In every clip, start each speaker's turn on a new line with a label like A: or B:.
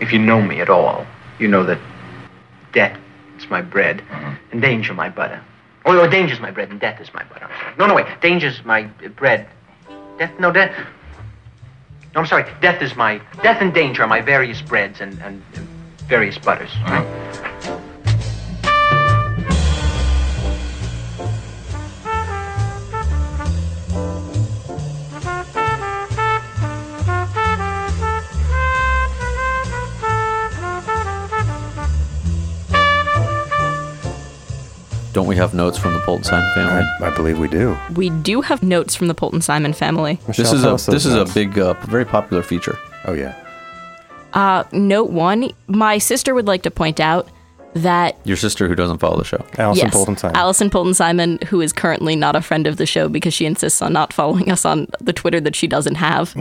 A: If you know me at all, you know that death is my bread
B: Mhm.
A: and danger my butter. Oh, no, danger's my bread and death is my butter. No, no, wait. Danger's my uh, bread. Death, no, death. No, I'm sorry. Death is my. Death and danger are my various breads and, and uh, various butters.
B: Uh-huh.
C: Don't we have notes from the Poltzheim family?
D: I, I believe we do.
E: We do have notes from the Polton Simon family.
C: This
D: Michelle,
C: is
D: tell
C: a
D: us those
C: this is a
D: notes.
C: big, uh, very popular feature.
D: Oh yeah.
E: Uh, note one my sister would like to point out that.
C: Your sister who doesn't follow the show.
D: Allison
E: yes,
D: Bolton time.
E: Allison Polton Simon, who is currently not a friend of the show because she insists on not following us on the Twitter that she doesn't have.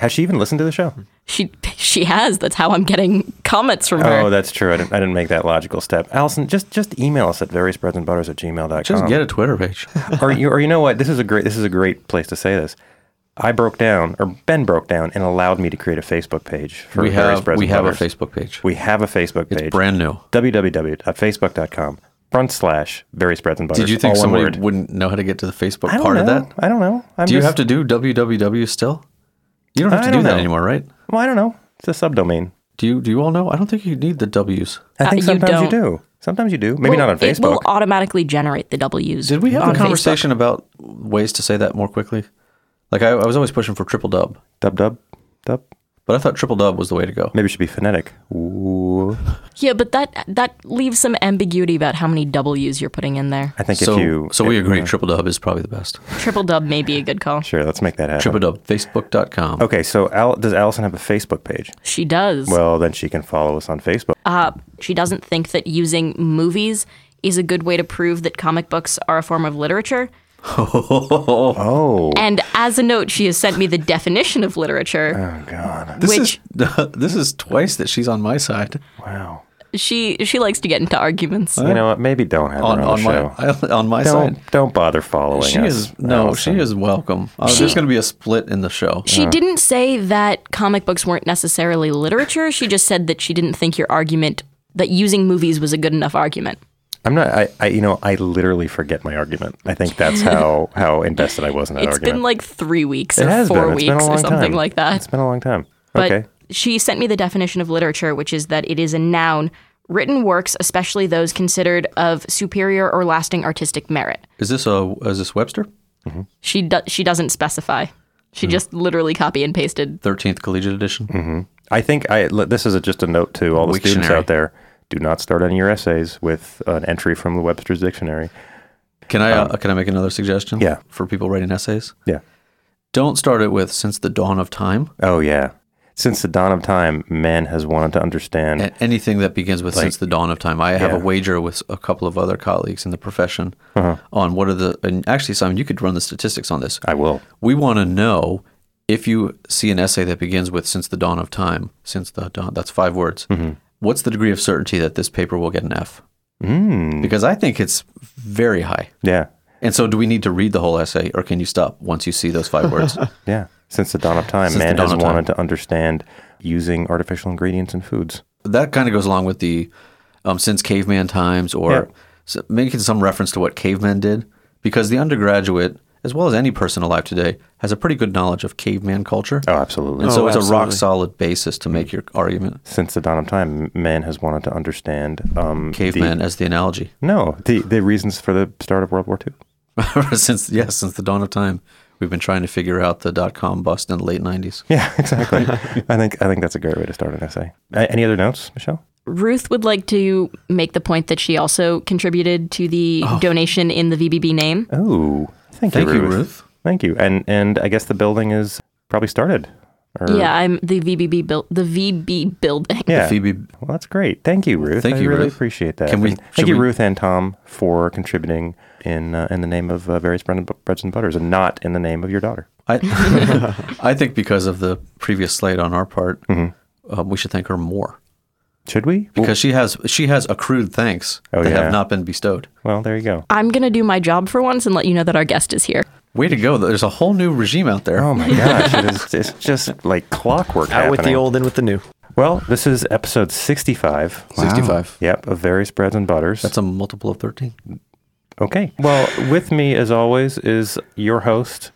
D: Has she even listened to the show?
E: She she has. That's how I'm getting comments from her.
D: Oh, that's true. I didn't, I didn't make that logical step. Allison, just just email us at variousbreadsandbutters at gmail.com.
C: Just get a Twitter page.
D: or you or you know what? This is a great this is a great place to say this. I broke down, or Ben broke down, and allowed me to create a Facebook page for
C: we
D: various
C: have
D: breads
C: we
D: and
C: have a
D: butters.
C: Facebook page.
D: We have a Facebook
C: it's
D: page.
C: brand new.
D: www.facebook.com front slash various breads and butters.
C: Did you think
D: all one
C: somebody
D: word.
C: wouldn't know how to get to the Facebook
D: I don't
C: part
D: know.
C: of that?
D: I don't know. I'm
C: do you
D: just-
C: have to do www still? You don't have
D: I
C: to do
D: don't
C: that
D: know.
C: anymore, right?
D: Well, I don't know. It's a subdomain.
C: Do you do you all know? I don't think you need the W's.
D: I
E: Uh,
D: think
E: you
D: sometimes you
E: don't.
D: do. Sometimes you do. Maybe
E: Well,
D: not on
E: It
D: Facebook.
E: will automatically generate the W's.
C: Did we have
E: on
C: a
E: Facebook.
C: conversation about ways to say that more quickly? Like I, I was always pushing for triple dub,
D: Dub dub dub.
C: but I thought triple dub was the way to go.
D: Maybe it should be phonetic. Ooh.
E: Yeah, but that that leaves some ambiguity about how many W's you're putting in there.
D: I think
C: so
D: if you
C: so we
D: if-
C: agree, triple dub is probably the best.
E: Triple dub may be a good call.
D: Sure, let's make that happen.
C: Triple dub, facebook.com.
D: Okay, so Al- does Allison have a Facebook page?
E: She does.
D: Well, then she can follow us on Facebook.
E: uh, she doesn't think that using movies is a good way to prove that comic books are a form of literature.
D: oh,
E: And as a note, she has sent me the definition of literature,
D: oh God!
C: This
E: which
C: is this is twice that she's on my side.
D: Wow.
E: she she likes to get into arguments.
D: You know what? Maybe don't have
C: On,
D: her on,
C: on
D: the
C: my
D: show.
C: I- on my
D: don't
C: side.
D: don't bother following
C: She
D: us.
C: is no,
D: Allison.
C: she is welcome. Uh, there's going to be a split in the show.
E: She
D: uh.
E: didn't say that comic books weren't necessarily literature. She just said that she didn't think your argument that using movies was a good enough argument.
D: I'm not. I, I. You know. I literally forget my argument. I think that's how how invested I was in that
E: It's
D: argument.
E: been like three weeks
D: it
E: or
D: has
E: four
D: been. It's
E: weeks
D: been a long
E: or something
D: time.
E: like that.
D: It's been a long time.
E: But
D: okay.
E: she sent me the definition of literature, which is that it is a noun, written works, especially those considered of superior or lasting artistic merit.
C: Is this a is this Webster?
E: She do- she doesn't specify.
B: Hmm.
E: She just literally copy and pasted.
C: 13th collegiate edition?
D: Mm-hmm. I think I. l- This is a, just a note to all the students
C: Wiktionary.
D: out there. Do not start any of your essays with an entry from the Webster's Dictionary.
C: Can I uh, can I make another suggestion?
D: Um, yeah.
C: For people writing essays,
D: Yeah.
C: don't start it with "since the dawn of time."
D: Oh yeah. Since the dawn of time, man has wanted to understand.
C: A- Anything that begins with "since the dawn of time." I have a
D: Mm. Yeah. Uh-huh.
C: wager with a couple of other colleagues in the profession on what are the and actually, Simon, you could run the statistics on this.
D: I will.
C: We want to know if you see an essay that begins with "since the dawn of time," since the dawn. That's five words.
D: Mm-hmm.
C: What's the degree of certainty that this paper will get an F?
D: Mm.
C: Because I think it's very high.
D: Yeah.
C: And so, do we need to read the whole essay, or can you stop once you see those five words?
D: Yeah. Since the dawn of time,
C: Since the
D: man
C: dawn
D: has
C: of time.
D: wanted to understand using artificial ingredients in foods.
C: that kind of goes along with the um, since caveman times or
D: Yeah.
C: s- making some reference to what cavemen did because the undergraduate as well as any person alive today has a pretty good knowledge of caveman culture
D: Oh, absolutely.
C: and so
B: Oh,
C: it's a rock
B: absolutely.
C: solid basis to make your argument
D: Since the dawn of time, man has wanted to understand um, the-
C: caveman as the analogy
D: no, the the reasons for the start of World War II.
C: since yes since the dawn of time we've been trying to figure out the dot-com bust in the late 90s
D: Yeah, exactly. I think I think that's a great way to start an essay. A- any other notes, Michelle?
E: Ruth would like to make the point that she also contributed to the
B: Oh.
E: donation in the VBB name.
D: Oh, thank,
C: thank
D: you,
C: you
D: Ruth.
C: ruth
D: Thank you. And and I guess the building is probably started. Or,
B: Uh.
E: Yeah, I'm the VBB built the VB building.
D: Yeah.
C: phoebe
D: Well, that's great. Thank you, Ruth.
C: Thank
D: I
C: you,
D: really
C: Ruth.
D: appreciate that.
C: Can we-
D: And
C: should
D: thank you,
C: we-
D: Ruth and Tom, for contributing in uh, in the name of uh, various bread and, breads and butters, and not in the name of your daughter.
C: I, I think because of the previous slate on our part um, we should thank her more
D: Should we? Mm-hmm. Well,
C: because she has she has accrued thanks
D: Oh,
C: that
D: yeah.
C: have not been bestowed.
D: well, there you go.
E: I'm gonna do my job for once and let you know that our guest is here.
C: Way to go! There's a whole new regime out there.
D: Oh my gosh, it is, it's just like clockwork
B: Out
D: happening.
B: with the old, in with the new.
D: Well, this is episode 65.
B: Wow.
C: 65.
D: Yep, of various breads and butters.
C: That's a multiple of 13.
D: okay. Well, with me, as always, is your host,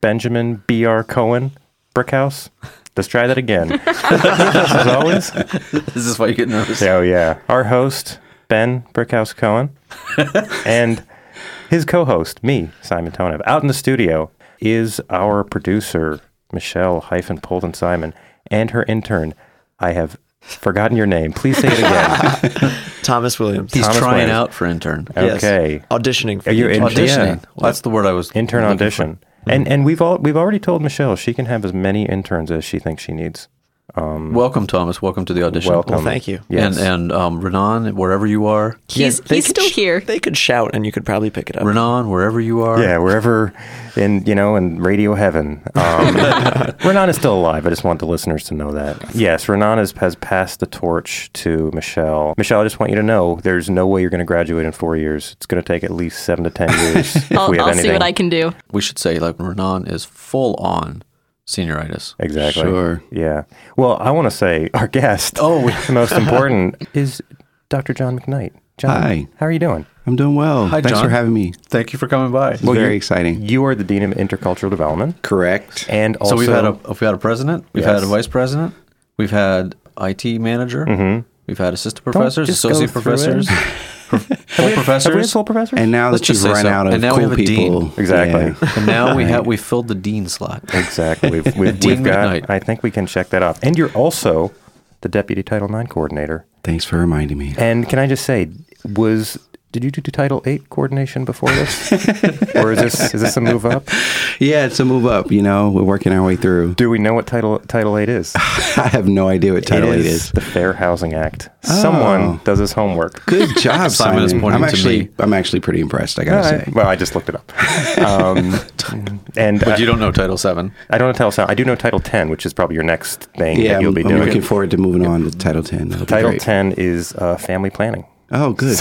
D: Benjamin B.R. Cohen, Brickhouse. Let's try that again. as always.
C: this is why you get nervous.
D: Oh, yeah. Our host, Ben Brickhouse Cohen, and his co host, me, Simon Tonev, out in the studio is our producer, Michelle hyphen Polden Simon, and her intern. I have forgotten your name. Please say it again.
B: Thomas Williams.
C: He's
D: Thomas
C: trying
D: Wayne.
C: out for intern.
B: Yes.
D: okay.
B: Auditioning for
D: Are you
B: the
D: in-
B: job.
C: Auditioning.
D: Yeah.
C: Well, that's the word I was.
D: Intern
C: looking for. Mm-hmm.
D: audition. And and we've all we've already told Michelle she can have as many interns as she thinks she needs.
C: Welcome, Thomas. Welcome to the audition.
D: Welcome.
B: Well, thank you.
D: Yes.
C: And, and um, Renan, wherever you are,
E: He's,
B: Yeah, they
E: he's
B: could
E: still
B: sh-
E: here.
B: They could shout and you could probably pick it up.
C: Renan, wherever you are.
D: yeah, wherever in you know in radio heaven. Um, Renan is still alive. I just want the listeners to know that. Yes, Renan is, has passed the torch to Michelle. Michelle, I just want you to know there's no way you're going to graduate in four years. It's going to take at least seven to ten years if
E: I'll,
D: we have
E: I'll
D: anything.
E: see what I can do.
C: We should say, like, Renan is full on senioritis.
D: Exactly.
B: Sure.
D: Yeah. Well, I want to say our guest. Oh, the most important is Dr. John McKnight. John,
B: Hi.
D: how are you doing?
B: I'm doing well.
C: Hi,
B: Thanks
C: John.
B: for having me.
C: Thank you for coming by.
B: It's very
D: you-
B: exciting.
D: You are the dean of intercultural development,
B: Correct.
D: and also
C: so we've had a we've had a president, we've had a
D: Yes.
C: vice president, we've had IT manager, we've had assistant professors,
D: Mm-hmm. just go
C: associate
D: through
C: professors,
D: it.
C: full
D: have we had
C: professors,
D: full professors?
B: and now
C: Let's
B: that
C: just
B: you've
C: say
B: run
C: so.
B: out of
C: And now we
B: cool
C: have a dean.
B: people,
D: Exactly.
B: yeah.
C: and now we have we filled the dean slot.
D: Exactly. We've, we've,
C: Dean
D: we've got,
C: McKnight.
D: I think we can check that off. And you're also the deputy Title IX coordinator.
B: Thanks for reminding me.
D: And can I just say, was did you do Title VIII coordination before this, or is this is this a move up?
B: Yeah, it's a move up. You know, we're working our way through.
D: Do we know what Title Title VIII is?
B: I have no idea what title it is.
D: the Fair Housing Act.
B: Oh.
D: Someone does his homework.
B: Good
C: Simon
B: job, Simon.
C: is pointing
B: I'm
C: to
B: actually,
C: me.
B: I'm actually pretty impressed. I gotta
D: All
B: say.
D: right. Well, I just looked it up. Um, and
C: But
D: I,
C: you don't know Title Seven.
D: I don't know Title VII. I do know Title X, which is probably your next thing
B: Yeah,
D: that
B: I'm,
D: you'll be
B: I'm
D: doing.
B: looking forward to moving on to Title Ten. That'll be
D: Title
B: great.
D: X is uh, family planning.
B: Oh, good.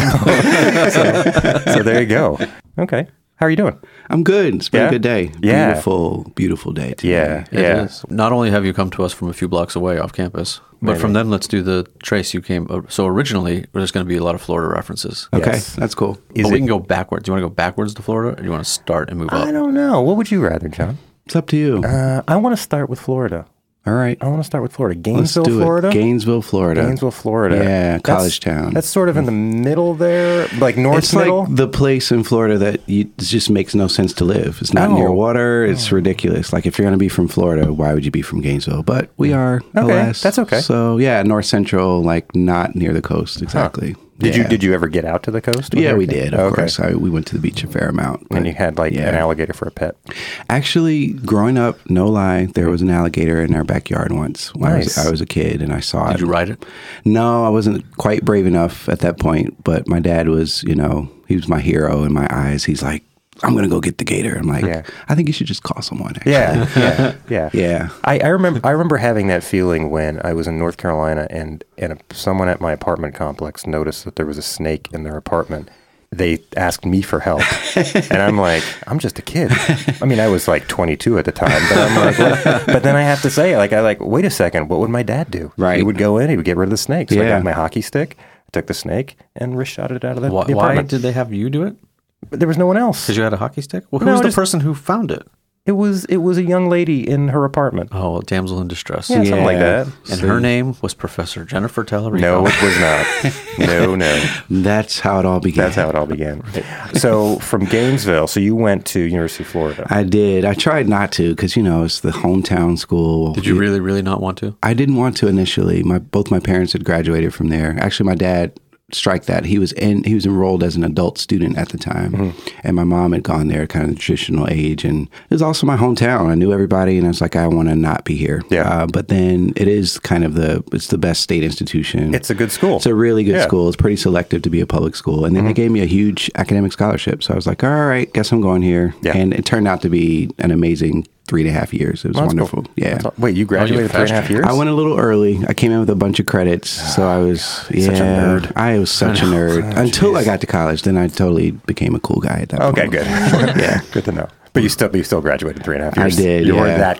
D: So there you go. Okay. How are you doing?
B: I'm good. It's been
D: Yeah?
B: a good day.
D: Yeah.
B: Beautiful, beautiful day. Today.
D: Yeah,
C: It
D: yeah.
C: is. Not only have you come to us from a few blocks away off campus, but from them, let's do the trace you came. uh, So originally, there's going to be a lot of Florida references.
B: Okay,
D: Yes.
B: that's cool.
D: Is
C: but we
D: it-
C: can go backwards. Do you want to go backwards to Florida, or do you want to start and move
D: I
C: up?
D: don't know. What would you rather, John?
B: It's up to you.
D: Uh, I want to start with Florida.
B: All right,
D: I want to start with Florida.
B: let's
D: Gainesville,
B: do
D: Florida.
B: it. Gainesville, Florida.
D: Gainesville, Florida.
B: Yeah,
D: That's-
B: college town.
D: That's sort of in the middle there, like north
B: it's
D: middle.
B: like the place in Florida that you, it just makes no sense to live. It's not near
D: No.
B: water.
D: Oh.
B: It's ridiculous. Like if you're going to be from Florida, why would you be from Gainesville? But we are.
D: Mm. Okay,
B: alas.
D: that's okay.
B: So yeah, north central, like not near the coast exactly.
D: did you
B: Yeah.
D: did you ever get out to the coast?
B: Yeah, we
D: Okay.
B: did. Of course, I, we went to the beach a fair amount.
D: And
B: but-
D: you had like an
B: Yeah.
D: alligator for a pet.
B: Actually, growing up, no lie, there was an alligator in our backyard once when
D: Nice.
B: I, was, I was a kid and I saw it.
C: Did you ride it?
B: No, I wasn't quite brave enough at that point, but my dad was, you know, he was my hero in my eyes. He's like, I'm going to go get the gator. I'm like,
D: Yeah.
B: I think you should just call someone. Actually.
D: Yeah, yeah, yeah.
B: Yeah.
D: I, I remember I remember having that feeling when I was in North Carolina and and someone at my apartment complex noticed that there was a snake in their apartment. They asked me for help, and I'm like, I'm just a kid. I mean, I was like 22 at the time, but I'm like, what- but then I have to say, like, I like, wait a second, what would my dad do?
B: Right.
D: he would go in, he would get rid of the snake. So I
B: Yeah.
D: got my hockey stick, I took the snake, and wrist shot it out of the,
C: Why,
D: the
C: why
D: apartment.
C: did they have you do it?
D: But there was no one else.
C: Because you had a hockey stick? Well, who
D: No,
C: was the
D: just-
C: person who found it?
D: It was it was a young lady in her apartment.
C: Oh, a damsel in distress.
D: Yeah, something like
B: Yeah.
D: that.
C: And her name was Professor Jennifer Tallarico.
D: No, it was not. No, no.
B: That's how it all began.
D: That's how it all began. So from Gainesville, so you went to University of Florida.
B: I did. I tried not to because, you know, it's the hometown school.
C: Did you really, really not want to?
B: I didn't want to initially. My both my parents had graduated from there. Actually, my dad strike that he was in he was enrolled as an adult student at the time,
D: Mm-hmm.
B: and my mom had gone there, kind of the traditional age, and it was also my hometown. I knew everybody, and I was like, I want to not be here.
D: Yeah.
B: Uh, but then it is kind of the it's the best state institution.
D: It's a good school.
B: It's a really good
D: Yeah. Mm-hmm.
B: school. It's pretty selective to be a public school. And then they gave me a huge academic scholarship. So I was like, all right, guess I'm going here.
D: Yeah.
B: And it turned out to be an amazing three and a half years. It
D: That's
B: was
D: cool.
B: wonderful. Yeah.
D: That's all- Wait, you graduated three and a half years?
B: I went a little early. I came in with a bunch of credits, so I was yeah,
D: Ah, Such a nerd. Ah,
B: I was such a nerd until I got to college. Then I totally became a cool guy at that
D: Okay,
B: point.
D: good. yeah, good to know. But you still, but you still graduated in three and a half
B: I
D: years.
B: did,
D: You
B: yeah.
D: weren't that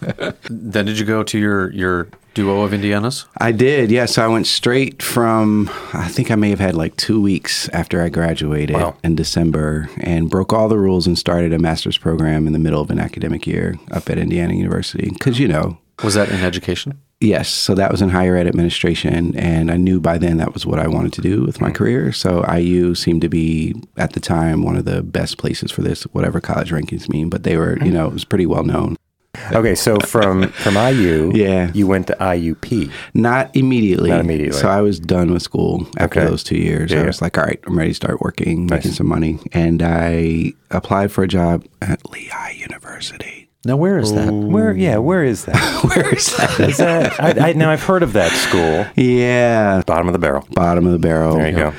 D: cool.
C: Then did you go to your your duo of Indianas?
B: I did, yeah. So I went straight from, I think I may have had like two weeks after I graduated
D: Wow.
B: in December and broke all the rules and started a master's program in the middle of an academic year up at Indiana University. Because, you know,
C: Was that in education?
B: Yes. So that was in higher ed administration. And I knew by then that was what I wanted to do with my
D: Mm.
B: career. So IU seemed to be, at the time, one of the best places for this, whatever college rankings mean. But they were, you
D: Mm.
B: know, it was pretty well known.
D: okay, so from from IU,
B: Yeah.
D: you went to IUP.
B: Not immediately.
D: Not immediately.
B: So I was done with school after
D: Okay.
B: those two years.
D: Yeah,
B: I
D: yeah.
B: was like, all right, I'm ready to start working, making some money. And I applied for a job at Lehigh University.
C: Now where is that?
D: Where? Yeah, where is that?
B: Where is that?
D: Is that I, I, now I've heard of that school.
B: yeah.
D: Bottom of the barrel.
B: Bottom of the barrel.
D: There you go.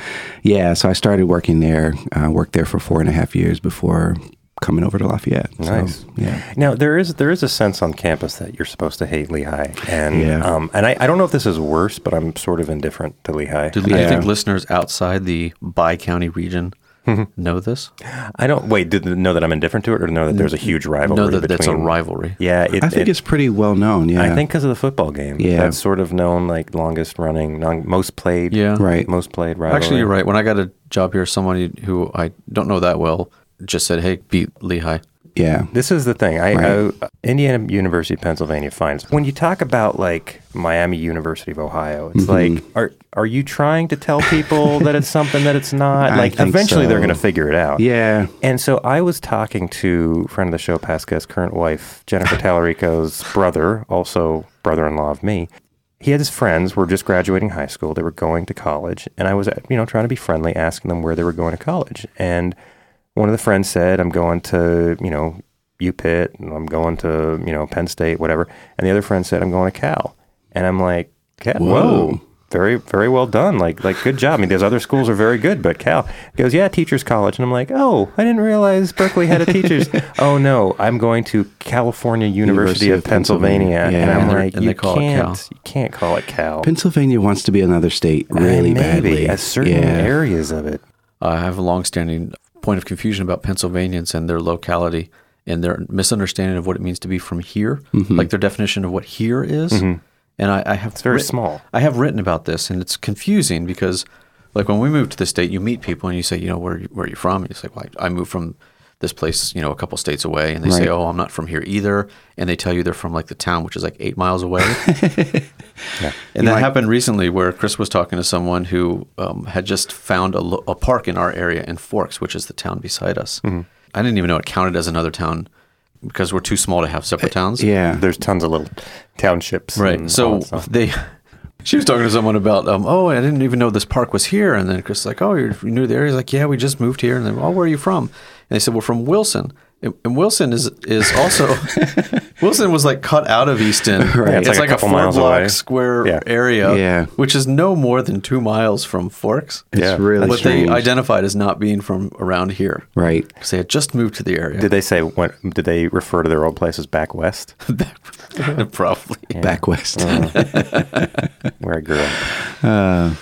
B: Yeah, so I started working there. uh, worked there for four and a half years before coming over to Lafayette. So,
D: Nice.
B: Um, yeah.
D: Now there is there is a sense on campus that you're supposed to hate Lehigh, and
B: Yeah.
D: um, and I, I don't know if this is worse, but I'm sort of indifferent to Lehigh.
C: Do you think listeners outside the Bi County region
D: Mm-hmm.
C: know this?
D: I don't wait. Did they know that I'm indifferent to it, or know that there's a huge rivalry?
C: know that that's a
D: between-
C: rivalry.
D: Yeah, it,
B: I
D: it-
B: think it's pretty well known. Yeah.
D: I think because of the football game.
B: Yeah.
D: that's sort of known like longest running, non, most played.
C: Yeah.
B: Right.
D: most played. Rivalry.
C: Actually, you're right. When I got a job here, somebody who I don't know that well just said, "Hey, beat Lehigh."
B: Yeah.
D: This is the thing. I,
B: Right.
D: I Indiana University of Pennsylvania finds when you talk about like Miami University of Ohio, it's
B: Mm-hmm.
D: like are are you trying to tell people that it's something that it's not?
B: I
D: Like
B: think
D: eventually they're
B: so.
D: going to figure it out.
B: Yeah.
D: And so I was talking to friend of the show, past guest, current wife, Jennifer Tallarico's brother, also brother-in-law of me. He had his friends were just graduating high school. They were going to college, and I was, uh, you know, trying to be friendly, asking them where they were going to college. And one of the friends said, "I'm going to, you know, UPitt, and I'm going to, you know, Penn State, whatever." And the other friend said, "I'm going to Cal." And I'm like, "Cal-
B: Whoa.
D: "Whoa, very very well done like like good job i mean those other schools are very good but cal goes yeah teachers college and i'm like oh i didn't realize berkeley had a teachers oh no i'm going to california university,
B: University
D: of
B: of
D: pennsylvania,
B: Pennsylvania.
D: and
B: Yeah.
D: i'm
B: And
C: they're-
D: like
C: and
D: you
C: they call it Cal."
D: can't you can't call it cal
B: Pennsylvania wants to be another state really
D: And Oh. maybe
B: badly.
D: at certain
B: yeah.
D: areas of it
C: Uh, I have a longstanding point of confusion about Pennsylvanians and their locality and their misunderstanding of what it means to be from here, like their definition of what here is. And I, I have it's
D: very small.
C: I have written about this, and it's confusing because, like, when we moved to the state, you meet people and you say, you know, where where are you from? And you say, well, I, I moved from this place, you know, a couple states away, and they say,
B: Right.
C: oh, I'm not from here either, and they tell you they're from like the town, which is like eight miles away. And that happened recently where Chris was talking to someone who um, had just found a, lo- a park in our area in Forks, which is the town beside us. I didn't even know it counted as another town because we're too small to have separate towns.
B: Yeah.
D: there's tons of little townships
C: Right.
D: and
C: So
D: all that stuff.
C: they, she was talking to someone about, um, oh, I didn't even know this park was here. And then Chris is like, oh, you're you're new there. He's like, yeah, we just moved here. And then, oh, where are you from? And they said, we're from Wilson. And, and Wilson is is also Wilson was like cut out of Easton.
D: Yeah, it's like a couple miles
C: block
D: away.
C: square
D: Yeah.
C: area,
B: Yeah.
C: which is no more than two miles from Forks.
B: It's
D: Yeah.
B: really
C: But they
B: strange.
C: identified as not being from around here
B: right.
C: because they had just moved to the area.
D: did they say what did they refer to their old places back west
C: Probably.
B: Back west.
D: Uh-huh. where i grew up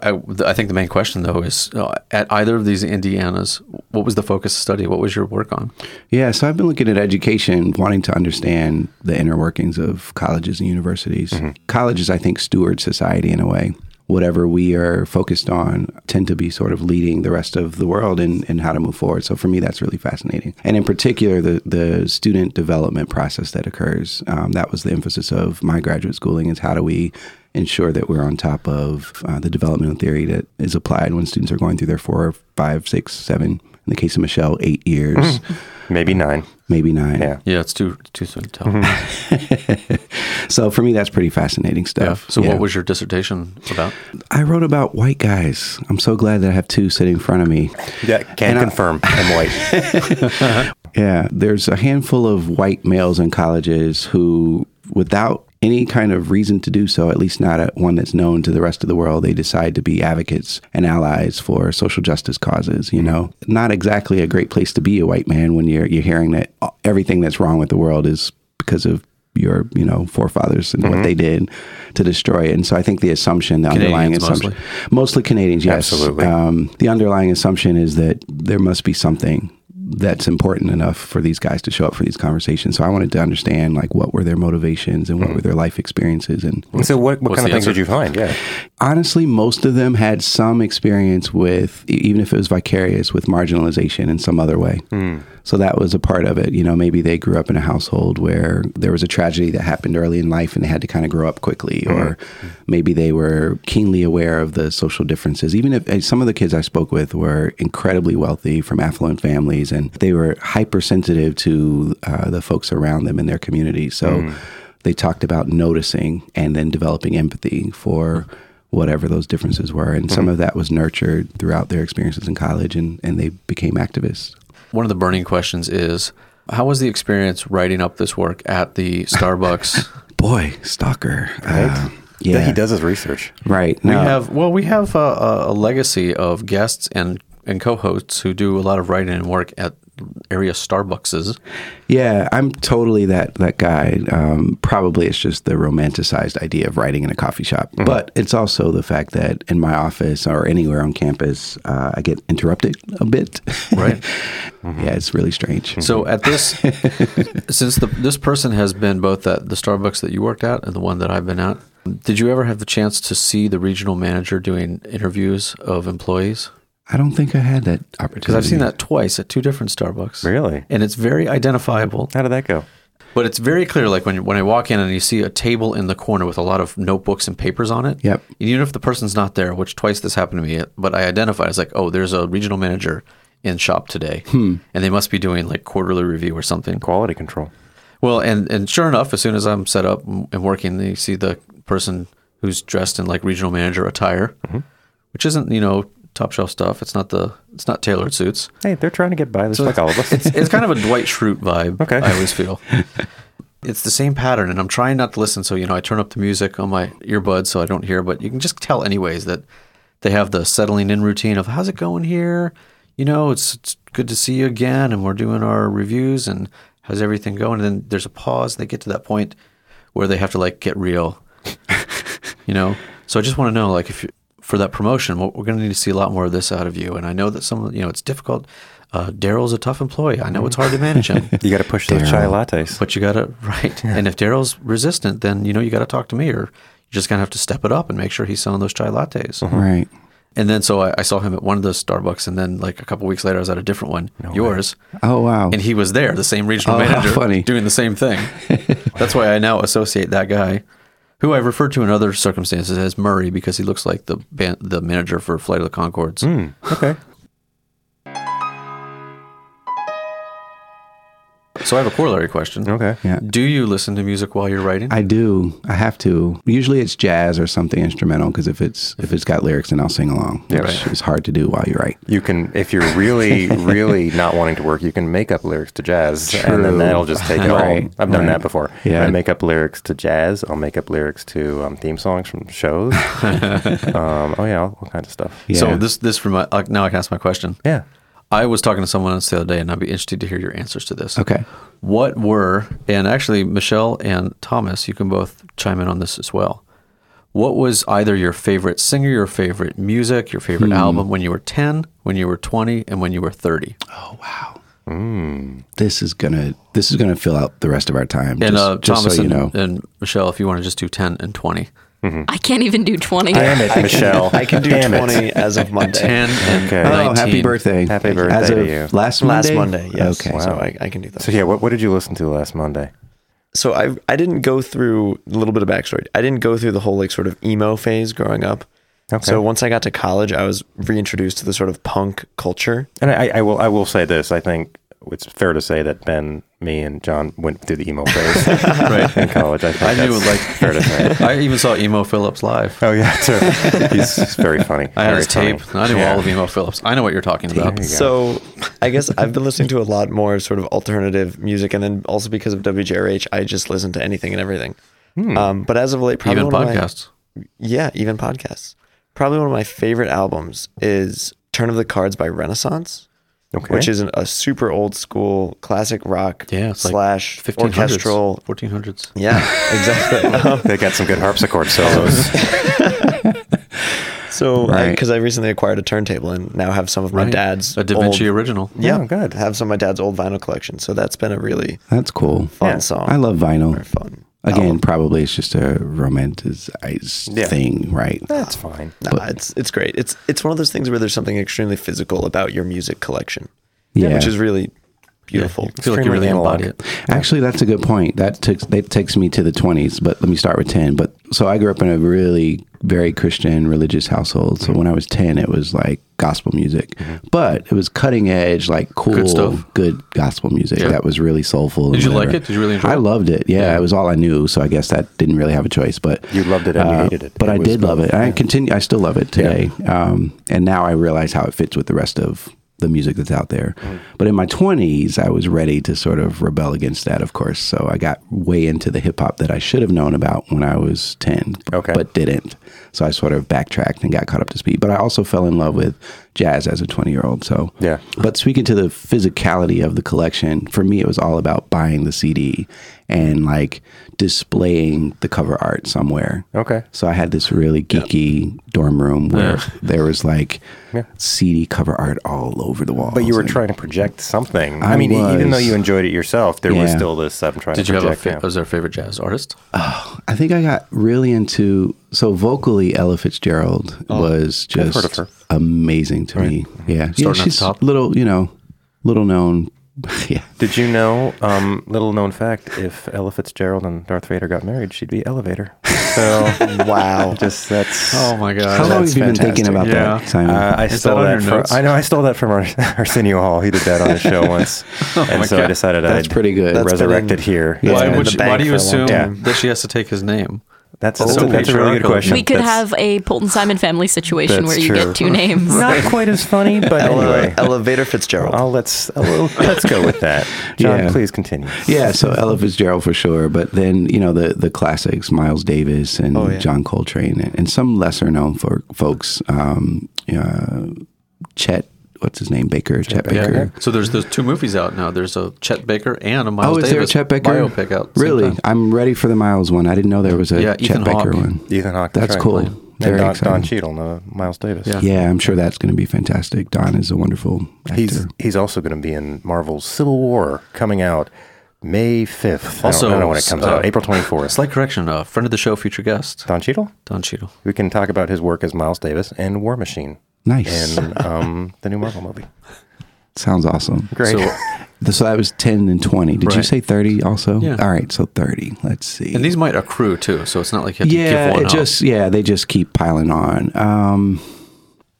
C: I, th- I think the main question though is uh, at either of these Indianas, what was the focus of study? What was your work on?
B: Yeah, so I've been looking at education, wanting to understand the inner workings of colleges and universities. Colleges, I think, steward society in a way. Whatever we are focused on tend to be sort of leading the rest of the world in, in how to move forward. So for me, that's really fascinating. And in particular, the, the student development process that occurs. Um, that was the emphasis of my graduate schooling is how do we ensure that we're on top of uh, the developmental theory that is applied when students are going through their four, five, six, seven, in the case of Michelle, eight years
D: maybe nine
B: maybe nine.
D: Yeah.
C: Yeah, it's too too soon to tell.
B: So for me, that's pretty fascinating stuff.
C: So,
B: Yeah.
C: what was your dissertation about?
B: I wrote about white guys? I'm so glad that I have two sitting in front of me.
D: yeah can
B: And I-
D: confirm I, am white
B: Yeah, there's a handful of white males in colleges who, without any kind of reason to do so, at least not a, one that's known to the rest of the world, they decide to be advocates and allies for social justice causes. You know, not exactly a great place to be a white man when you're you're hearing that everything that's wrong with the world is because of your you know forefathers and what they did to destroy it. And so I think the assumption, the underlying
C: Canadians
B: assumption, mostly Canadians, yes,
D: Absolutely.
B: um, the underlying assumption is that there must be something that's important enough for these guys to show up for these conversations. So I wanted to understand like what were their motivations and what were their life experiences and
D: And so, what, what
C: What's
D: kind of
C: the
D: things
C: answer?
D: did you find? Yeah.
B: honestly, most of them had some experience with, e- even if it was vicarious, with marginalization in some other way. So that was a part of it. You know, maybe they grew up in a household where there was a tragedy that happened early in life and they had to kind of grow up quickly, or maybe they were keenly aware of the social differences. Even if eh, some of the kids I spoke with were incredibly wealthy from affluent families and they were hypersensitive to uh, the folks around them in their community. So, they talked about noticing and then developing empathy for whatever those differences were. And
C: Mm-hmm.
B: some of that was nurtured throughout their experiences in college and, and they became activists.
C: One of the burning questions is how was the experience writing up this work at the Starbucks?
B: Boy, stalker.
D: Right?
B: Uh, yeah.
D: He does his research.
B: Right.
C: we
B: No.
C: have well, we have a, a, a legacy of guests and and co-hosts who do a lot of writing and work at area Starbuckses.
B: yeah, I'm totally that, that guy. Um, probably it's just the romanticized idea of writing in a coffee shop.
C: Mm-hmm.
B: But it's also the fact that in my office or anywhere on campus, uh, I get interrupted a bit.
C: Right. Mm-hmm.
B: Yeah, it's really strange.
C: So at this, since the, this person has been both at the Starbucks that you worked at and the one that I've been at, did you ever have the chance to see the regional manager doing interviews of employees?
B: I don't think I had that opportunity.
C: Because I've seen that twice at two different Starbucks.
D: Really?
C: And it's very identifiable.
D: How did that go?
C: But it's very clear, like when when I walk in and you see a table in the corner with a lot of notebooks and papers on it.
B: Yep.
C: And even if the person's not there, which twice this happened to me, but I identified as like, oh, there's a regional manager in shop today, and they must be doing like quarterly review or something.
D: Quality control.
C: Well, and and sure enough, as soon as I'm set up and working, you see the person who's dressed in like regional manager attire, which isn't you know top shelf stuff. It's not the it's not tailored suits.
D: Hey, they're trying to get by. There's like all of us.
C: It's, it's kind of a Dwight Schrute vibe.
D: Okay.
C: I always feel. It's the same pattern, and I'm trying not to listen. So you know, I turn up the music on my earbuds so I don't hear. But you can just tell, anyways, that they have the settling in routine of how's it going here. You know, it's, it's good to see you again, and we're doing our reviews, and how's everything going? And then there's a pause, and they get to that point where they have to like get real. you know, so I just want to know, like, if you, for that promotion, what we're going to need to see a lot more of this out of you. And I know that some, you know, it's difficult. Uh, Daryl's a tough employee. I know it's hard to manage him.
D: you got to push those chai lattes.
C: But you got to, right. And if Daryl's resistant, then, you know, you got to talk to me or you're just going to have to step it up and make sure he's selling those chai lattes.
B: Right.
C: And then so I, I saw him at one of those Starbucks. And then like a couple weeks later, I was at a different one, yours.
B: Oh wow.
C: And he was there, the same regional
B: Oh, how
C: manager,
B: funny.
C: doing the same thing. That's why I now associate that guy, who I refer to in other circumstances as Murray, because he looks like the ban- the manager for Flight of the Concords.
D: okay.
C: So I have a corollary question.
D: Okay.
B: yeah.
C: Do you listen to music while you're writing?
B: I do. I have to. Usually it's jazz or something instrumental because if it's if it's got lyrics, then I'll sing along. Yeah, which
C: right.
B: is hard to do while you write.
D: You can, if you're really, really not wanting to work, you can make up lyrics to jazz, and
B: True.
D: then that'll just take it
B: Right,
D: all. I've done
B: right.
D: that before.
B: Yeah.
D: I make up lyrics to jazz. I'll make up lyrics to um, theme songs from shows. um, oh yeah, all, all kinds of stuff.
B: Yeah.
C: So this this from uh, now I can ask my question.
D: Yeah.
C: I was talking to someone else the other day, and I'd be interested to hear your answers to this.
B: Okay.
C: What were and actually Michelle and Thomas, you can both chime in on this as well. What was either your favorite singer, your favorite music, your favorite
D: Hmm.
C: album when you were ten, when you were twenty, and when you were thirty?
F: Mm.
B: This is gonna this is gonna fill out the rest of our time.
C: And
B: just
C: uh,
B: just
C: Thomas
B: so you
C: and,
B: know.
C: and Michelle, if you want to just do ten and twenty,
B: Hmm.
E: I can't even do 20.
D: Damn it, Michelle.
F: I can do
D: Damn it.
F: 20 as of Monday.
C: ten and
D: Okay. Oh,
B: Oh,
C: nineteen.
B: happy birthday!
D: Happy
B: As
D: birthday to
B: of
D: you.
B: Last
F: Last
B: Monday.
F: Monday, yes.
B: Okay.
F: So I, I can do that.
D: So yeah, what, what did you listen to last Monday?
F: so I I didn't go through a little bit of backstory. I didn't go through the whole like sort of emo phase growing up.
D: Okay.
F: So once I got to college, I was reintroduced to the sort of punk culture.
D: And I, I will I will say this. I think it's fair to say that Ben, me, and John went through the emo phase in college. I, think
C: I knew
D: that's
C: like
D: fair to say.
C: I even saw Emo Phillips live.
D: Oh yeah, too. he's very funny.
C: I had
D: very
C: his tape.
D: funny.
C: I knew
D: Yeah.
C: all of Emo Phillips. I know what you're talking about.
D: There you go.
F: So I guess I've been listening to a lot more sort of alternative music, and then also because of WJRH, I just listen to anything and everything. Um, but as of late, probably
C: Hmm. Even
F: one of my-
C: podcasts.
F: yeah, even podcasts. Probably one of my favorite albums is "Turn of the Cards" by Renaissance.
D: Okay.
F: which is an, a super old school classic rock
C: Yeah, it's like
F: slash
C: 1500s,
F: orchestral.
C: 1400s.
F: Yeah, exactly. Um,
D: they got some good harpsichord solos.
F: So,
B: Right.
F: because I, recently acquired a turntable and now have some of my
C: Right.
F: dad's
C: a Da Vinci
F: old,
C: original.
F: Yeah,
D: Oh, good.
F: Have some of my dad's old vinyl collection. So that's been a really
B: That's cool.
F: fun song.
B: I love vinyl.
F: Very fun. Oh.
B: Again, probably it's just a romanticized
F: Yeah.
B: thing, right?
D: That's fine.
F: Nah, it's it's great. It's it's one of those things where there's something extremely physical about your music collection,
B: Yeah.
F: which is really
C: I
F: beautiful.
C: feel like you
D: Extremely
C: really
D: analog.
C: embody it.
B: Actually, that's a good point. That takes that takes me to the twenties, but let me start with ten. But so I grew up in a really very Christian religious household.
C: Mm-hmm.
B: So when I was ten, it was like gospel music, but it was cutting edge, like cool, good,
C: stuff.
B: gospel music
C: Yeah.
B: that was really soulful.
C: Did
B: and
C: you like
B: whatever.
C: it? Did you really enjoy
B: I
C: it?
B: loved it. Yeah, it was all I knew. So I guess that didn't really have a choice. But uh,
D: You loved it and you hated it.
B: But
D: It
B: I
D: was
B: did love
D: both.
B: it. I continue. I still love it today. Um, and now I realize how it fits with the rest of the music that's out there.
D: Mm.
B: But in my twenties, I was ready to sort of rebel against that, of course. So I got way into the hip hop that I should have known about when I was ten,
D: Okay.
B: but didn't. So I sort of backtracked and got caught up to speed. But I also fell in love with jazz as a twenty year old. So
D: Yeah.
B: But speaking to the physicality of the collection, for me, it was all about buying the CD and like displaying the cover art somewhere.
D: Okay.
B: So I had this really geeky dorm room where there was like CD cover art all over the wall.
D: But you were trying to project something. I,
B: I
D: mean, e- even though
B: was.
D: you enjoyed it yourself, there was
B: Yeah.
D: still this. I'm trying
C: Did
D: to
C: you have a
D: project.
C: fa-
D: now.
C: was there a favorite jazz artist?
B: I think I got really into so vocally Ella Fitzgerald was
D: I've heard of
B: just
D: her.
B: amazing to me. Yeah,
C: Starting
B: yeah,
C: at the
B: she's
C: top.
B: little, you know, little known. yeah,
D: Did you know, um, little known fact, if Ella Fitzgerald and Darth Vader got married, she'd be elevator. So wow, just that's.
C: Oh my god!
B: How long
D: that's
B: have you been thinking
D: fantastic.
B: about
C: Yeah.
B: that, Simon?
D: Uh, I
C: Is
D: stole
C: that on
D: that,
C: your
D: from.
C: notes?
D: I know I stole that from Ar- Arsenio Hall. He did that on the show once, and so I decided
B: That's
D: I'd
B: pretty good.
F: That's been
D: resurrect
F: in-
D: it here. It's
B: Yeah.
C: Oh Why,
D: been in
C: would
D: the
C: you,
D: bank
C: why do you
D: for a long
C: assume
D: time.
C: that she has to take his name?
D: That's, that's,
C: so
D: a, that's a really good
C: patriarchal.
D: question.
E: We could
D: That's
E: have a Polton Simon family situation
D: that's
E: where you
D: true.
E: get two names.
D: not quite as funny, but anyway,
F: Elevator Fitzgerald.
D: I'll let's I'll- let's go with that. John,
B: Yeah.
D: please continue.
B: yeah, so Ella Fitzgerald for sure, but then you know the the classics, Miles Davis and
D: Oh,
F: yeah.
B: John Coltrane, and, and some lesser known for folks, um, uh, Chet, what's his name, Baker, Chet, Baker.
C: So there's there's two movies out now. There's a Chet Baker and a Miles
B: Oh, is
C: Davis
B: there a Chet Baker
C: biopic out. at the same
B: Really,
C: time.
B: I'm ready for the Miles one. I didn't know there was a
C: Yeah,
B: Chet
C: Ethan
B: Baker
C: Hawke.
B: one.
D: Ethan Hawke.
B: That's
D: right.
B: cool. Very
D: And Don,
B: exciting.
D: Don Cheadle, no, Miles Davis.
C: Yeah.
B: Yeah, I'm sure that's going to be fantastic. Don is a wonderful actor.
D: He's he's also going to be in Marvel's Civil War coming out May fifth.
C: Also,
D: I don't know when it comes
C: uh,
D: out. April twenty fourth.
C: Slight correction. A friend of the show, future guest
D: Don Cheadle.
C: Don Cheadle.
D: We can talk about his work as Miles Davis and War Machine
B: nice.
D: and um, the new Marvel movie.
B: Sounds awesome.
D: Great.
C: So,
B: So that was 10 and 20. Did you
C: Right.
B: say 30 also?
C: Yeah.
B: All right, so 30. Let's see.
C: and these might accrue too. So it's not like you have to
B: yeah,
C: give one
B: it
C: up.
B: just yeah, they just keep piling on. Um,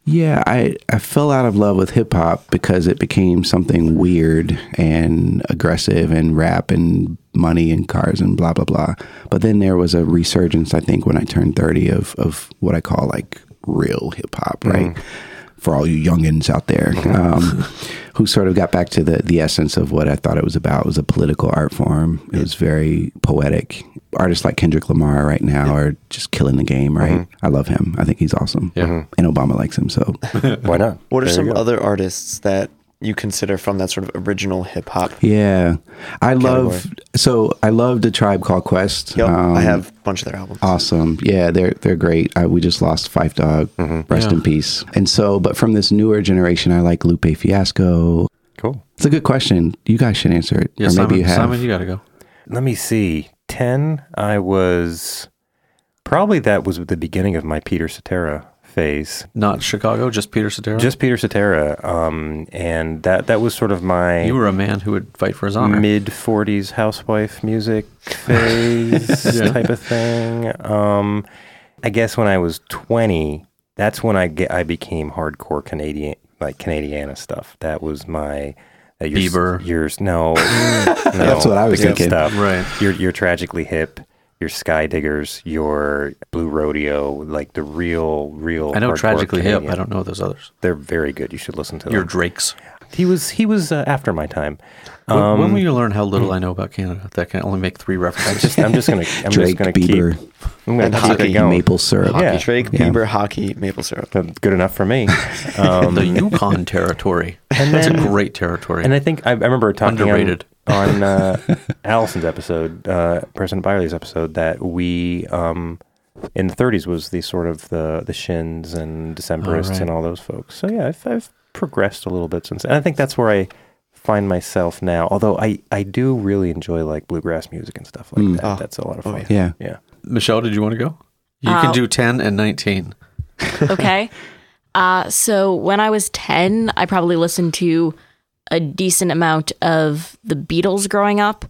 B: yeah, I I fell out of love with hip hop because it became something weird and aggressive and rap and money and cars and blah blah blah. But then there was a resurgence, I think, when I turned thirty of of what I call like real hip hop, right?
C: Mm.
B: For all you youngins out there,
F: Mm-hmm.
B: um, who sort of got back to the the essence of what I thought it was about it was a political art form. It was very poetic. Artists like Kendrick Lamar right now are just killing the game, right?
F: Mm-hmm.
B: I love him. I think he's awesome.
C: Yeah. Mhm.
B: And Obama likes him, so
D: Why not?
F: What are
D: There you
F: some
D: go.
F: other artists that you consider from that sort of original hip hop?
B: yeah. I love
F: Category.
B: so I love the Tribe Called Quest.
F: Yep,
B: Um,
F: I have a bunch of their albums.
B: Awesome. Yeah, they're they're great. Uh, we just lost Five Dog.
F: Mm-hmm.
B: Rest
C: Yeah.
B: in peace. And so, but from this newer generation, I like Lupe Fiasco.
D: Cool.
B: It's a good question. You guys should answer it.
C: Yeah, Simon, Simon, you got to go.
D: Let me see. Ten. I was probably that was the beginning of my Peter Cetera phase.
C: Not Chicago, just Peter Cetera.
D: Just Peter Cetera, um, and that that was sort of my
C: you were a man who would fight for his honor.
D: mid 40s housewife music phase
C: Yeah.
D: type of thing. Um, I guess when I was 20, that's when I get I became hardcore Canadian like Canadiana stuff. That was my uh, your,
C: Bieber.
D: Yours no, no.
B: That's what I was
D: the good
B: thinking.
D: Stuff.
C: Right.
D: Your your tragically hip. Your Sky Diggers, your Blue Rodeo, like the real, real.
C: I know
D: hardcore
C: tragically hip. I
D: Canadian.
C: don't know those others.
D: They're very good. You should listen to
C: Your
D: them.
C: Drakes.
D: He was he was uh, after my time.
C: When-
D: Um,
C: when will you learn how little I know about Canada? That can only make three references.
D: hmm. just, I'm just gonna I'm
B: Drake,
D: just gonna
B: Bieber,
D: keep I'm gonna
F: And
D: keep
F: hockey.
D: it going.
B: maple syrup.
D: Yeah.
F: Drake,
B: Yeah.
F: Bieber, Hockey, Maple Syrup.
D: That's good enough for me. Um,
C: the Yukon territory.
D: And
C: That's a
D: then-
C: great territory.
D: and I think I, I remember talking on-
C: Underrated.
D: on, uh, Allison's episode, uh, President Byerly's episode, that we um, in the 30s was the sort of the the Shins and Decemberists
C: right.
D: and all those folks. So yeah, I've, I've progressed a little bit since, and I think that's where I find myself now. Although I I do really enjoy like bluegrass music and stuff like that. That's a lot of fun.
B: Mm. Ah. Oh, yeah.
D: yeah.
C: Michelle, did you want to go? You can do 10 and 19.
E: okay. Uh, so when I was 10, I probably listened to a decent amount of the Beatles growing up.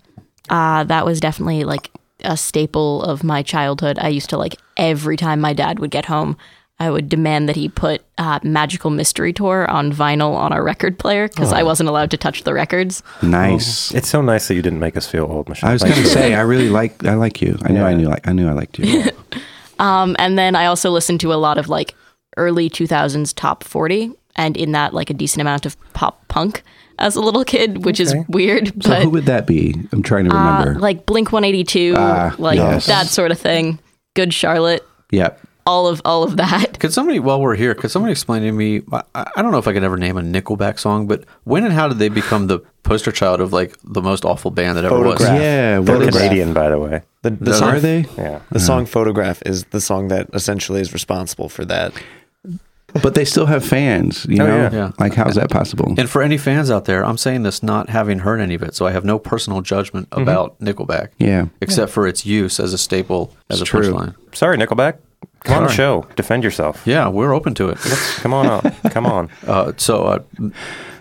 E: Uh, that was definitely like a staple of my childhood. I used to like every time my dad would get home, I would demand that he put uh, Magical Mystery Tour on vinyl on our record player because
D: Oh.
E: I wasn't allowed to touch the records.
B: Nice.
D: It's so nice that you didn't make us feel old, Michelle.
B: I was
D: Thank
B: gonna
D: Oh. you.
B: say I really like I like you. I knew I
D: Yeah.
B: knew like I knew I liked you.
E: Um, and then I also listened to a lot of like early 2000s top 40, and in that, like a decent amount of pop punk as a little kid, which is weird,
B: so
E: but
B: who would that be? I'm trying to
E: uh,
B: remember.
E: like Blink 182,
B: Ah,
E: like
B: yes.
E: that sort of thing. Good Charlotte,
B: yep.
E: all of all of that.
C: Could somebody, while we're here, could somebody explain to me? I, I don't know if I could ever name a Nickelback song, but when and how did they become the poster child of like the most awful band that ever
F: Photograph.
B: Yeah.
D: They're
B: What is,
D: Canadian, by the way.
F: The, the song,
B: are they?
D: Yeah.
F: The song "Photograph" is the song that essentially is responsible for that.
B: But they still have fans. You
D: Oh,
B: know.
D: yeah.
C: Yeah.
B: Like how's that possible?
C: was. And for any fans out there, I'm saying this not having heard any of it, so I have no personal judgment about Nickelback.
B: Mm-hmm. Yeah.
C: Except for its use as a staple, as a
B: true.
C: punchline.
D: Sorry, Nickelback. Come on the
C: Sorry.
D: show. Defend yourself.
C: Yeah, we're open to it.
D: Come on up. Come on.
C: Uh, so, uh, M-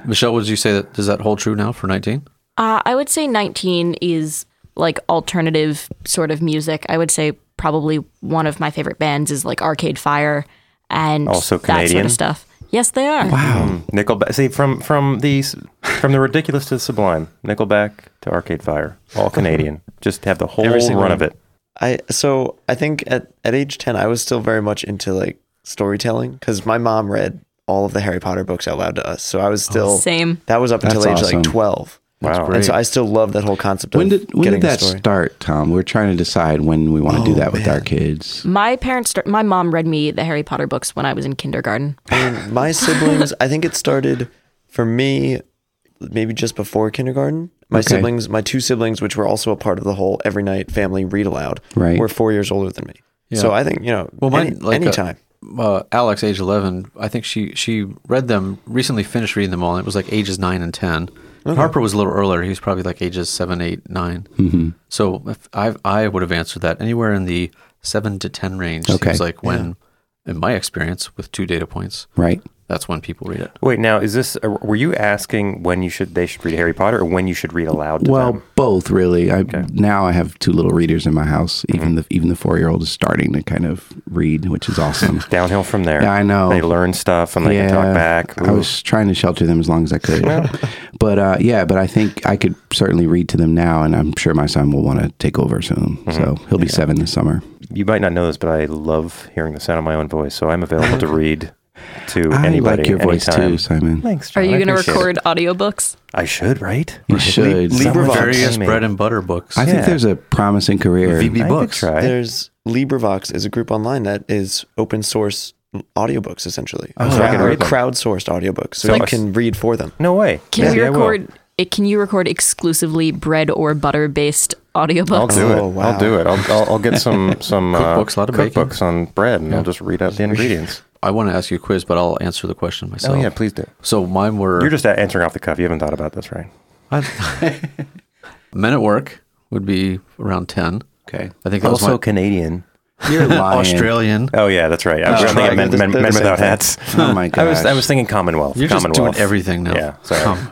C: Michelle, would you say that does that hold true now for 19?
E: Uh, I would say 19 is like alternative sort of music. I would say probably one of my favorite bands is like Arcade Fire and
D: Also
E: that sort
D: Canadian?
E: of stuff. Yes, they are.
D: Hmm. Nickelback. See, from from the s- from the ridiculous to the sublime. Nickelback to Arcade Fire. All Canadian. Just have the whole
F: Every single
D: run
F: one.
D: of it.
F: I so I think at at age ten, I was still very much into like storytelling because my mom read all of the Harry Potter books out loud to us. So I was still
E: Same.
F: That was up until
B: That's
F: age
B: awesome.
F: like twelve.
D: Wow.
F: And so I still love that whole concept.
B: When
F: of
B: did when
F: getting
B: did
F: the
B: that
F: story.
B: start, Tom? We're trying to decide when we want to do
F: Oh,
B: that with
F: man.
B: our kids.
E: My parents, start, my mom read me the Harry Potter books when I was in kindergarten.
F: I mean, my siblings, I think it started for me maybe just before kindergarten. My
B: Okay.
F: siblings, my two siblings, which were also a part of the whole every night family read aloud,
B: Right.
F: were four years older than me. So I think, you know,
C: Well,
F: any,
C: mine, like uh,
F: anytime.
C: uh, Alex, age eleven, I think she she read them recently. Finished reading them all. And it was like ages nine and ten. And Harper was a little earlier. He was probably like ages seven, eight, nine. Mm-hmm. So if I I would have answered that anywhere in the seven to ten range.
B: Okay.
C: seems like when, in my experience, with two data points,
B: Right.
C: that's when people read it.
D: Wait, now is this? uh, Were you asking when you should they should read Harry Potter or when you should read aloud? To
B: Well,
D: them?
B: both really. I now I have two little readers in my house. Even the even the four year old is starting to kind of read, which is awesome.
D: downhill from there.
B: Yeah, I know.
D: They learn stuff and they can talk back.
B: I
D: Ooh.
B: was trying to shelter them as long as I could. but uh, yeah, but I think I could certainly read to them now, and I'm sure my son will want to take over soon.
D: Mm-hmm.
B: So he'll be seven this summer.
D: you might not know this, but I love hearing the sound of my own voice, so I'm available to read to
B: I
D: anybody
B: like your voice
D: anytime.
B: too, Simon.
D: Thanks.
E: Are
D: John,
E: you
D: I
E: going to
D: appreciate it.
E: record audiobooks?
D: I should, right?
B: You should.
D: Someone
F: LibriVox.
D: should pay
C: Various
D: me.
C: bread and butter books.
B: I think
D: Yeah.
B: there's a promising career.
C: VB
D: I could
C: books.
D: try.
F: There's LibriVox is a group online that is open source audiobooks essentially. Oh,
D: I can read them.
F: crowdsourced audiobooks. So,
D: So
F: you
D: it's-
F: can read for them.
D: No way.
E: Can
D: Maybe
E: we
D: I will.
E: record? It, can you record exclusively bread or butter based
D: I'll
E: audiobooks?
D: do it.
F: Oh, wow.
D: I'll do it. I'll, I'll, I'll get some some uh,
C: Cookbooks, a lot of bacon.
D: cookbooks on bread, and I'll just read out the ingredients. Oh,
C: I want to ask you a quiz, but I'll answer the question myself.
D: please do.
C: So mine were
D: You're just answering off the cuff. You haven't thought about this, right?
C: men at work would be around ten.
B: Okay.
C: I think that was my
D: Canadian.
B: You're lying.
C: Australian.
D: Oh yeah, that's right. I was thinking
F: Australia.
D: of men,
F: They're
D: men,
F: the
D: men
F: same
D: without
F: thing.
D: hats.
B: Oh my
D: I was I
B: gosh.
D: was thinking Commonwealth.
C: You're just
D: Commonwealth.
C: doing everything now.
D: Yeah, sorry.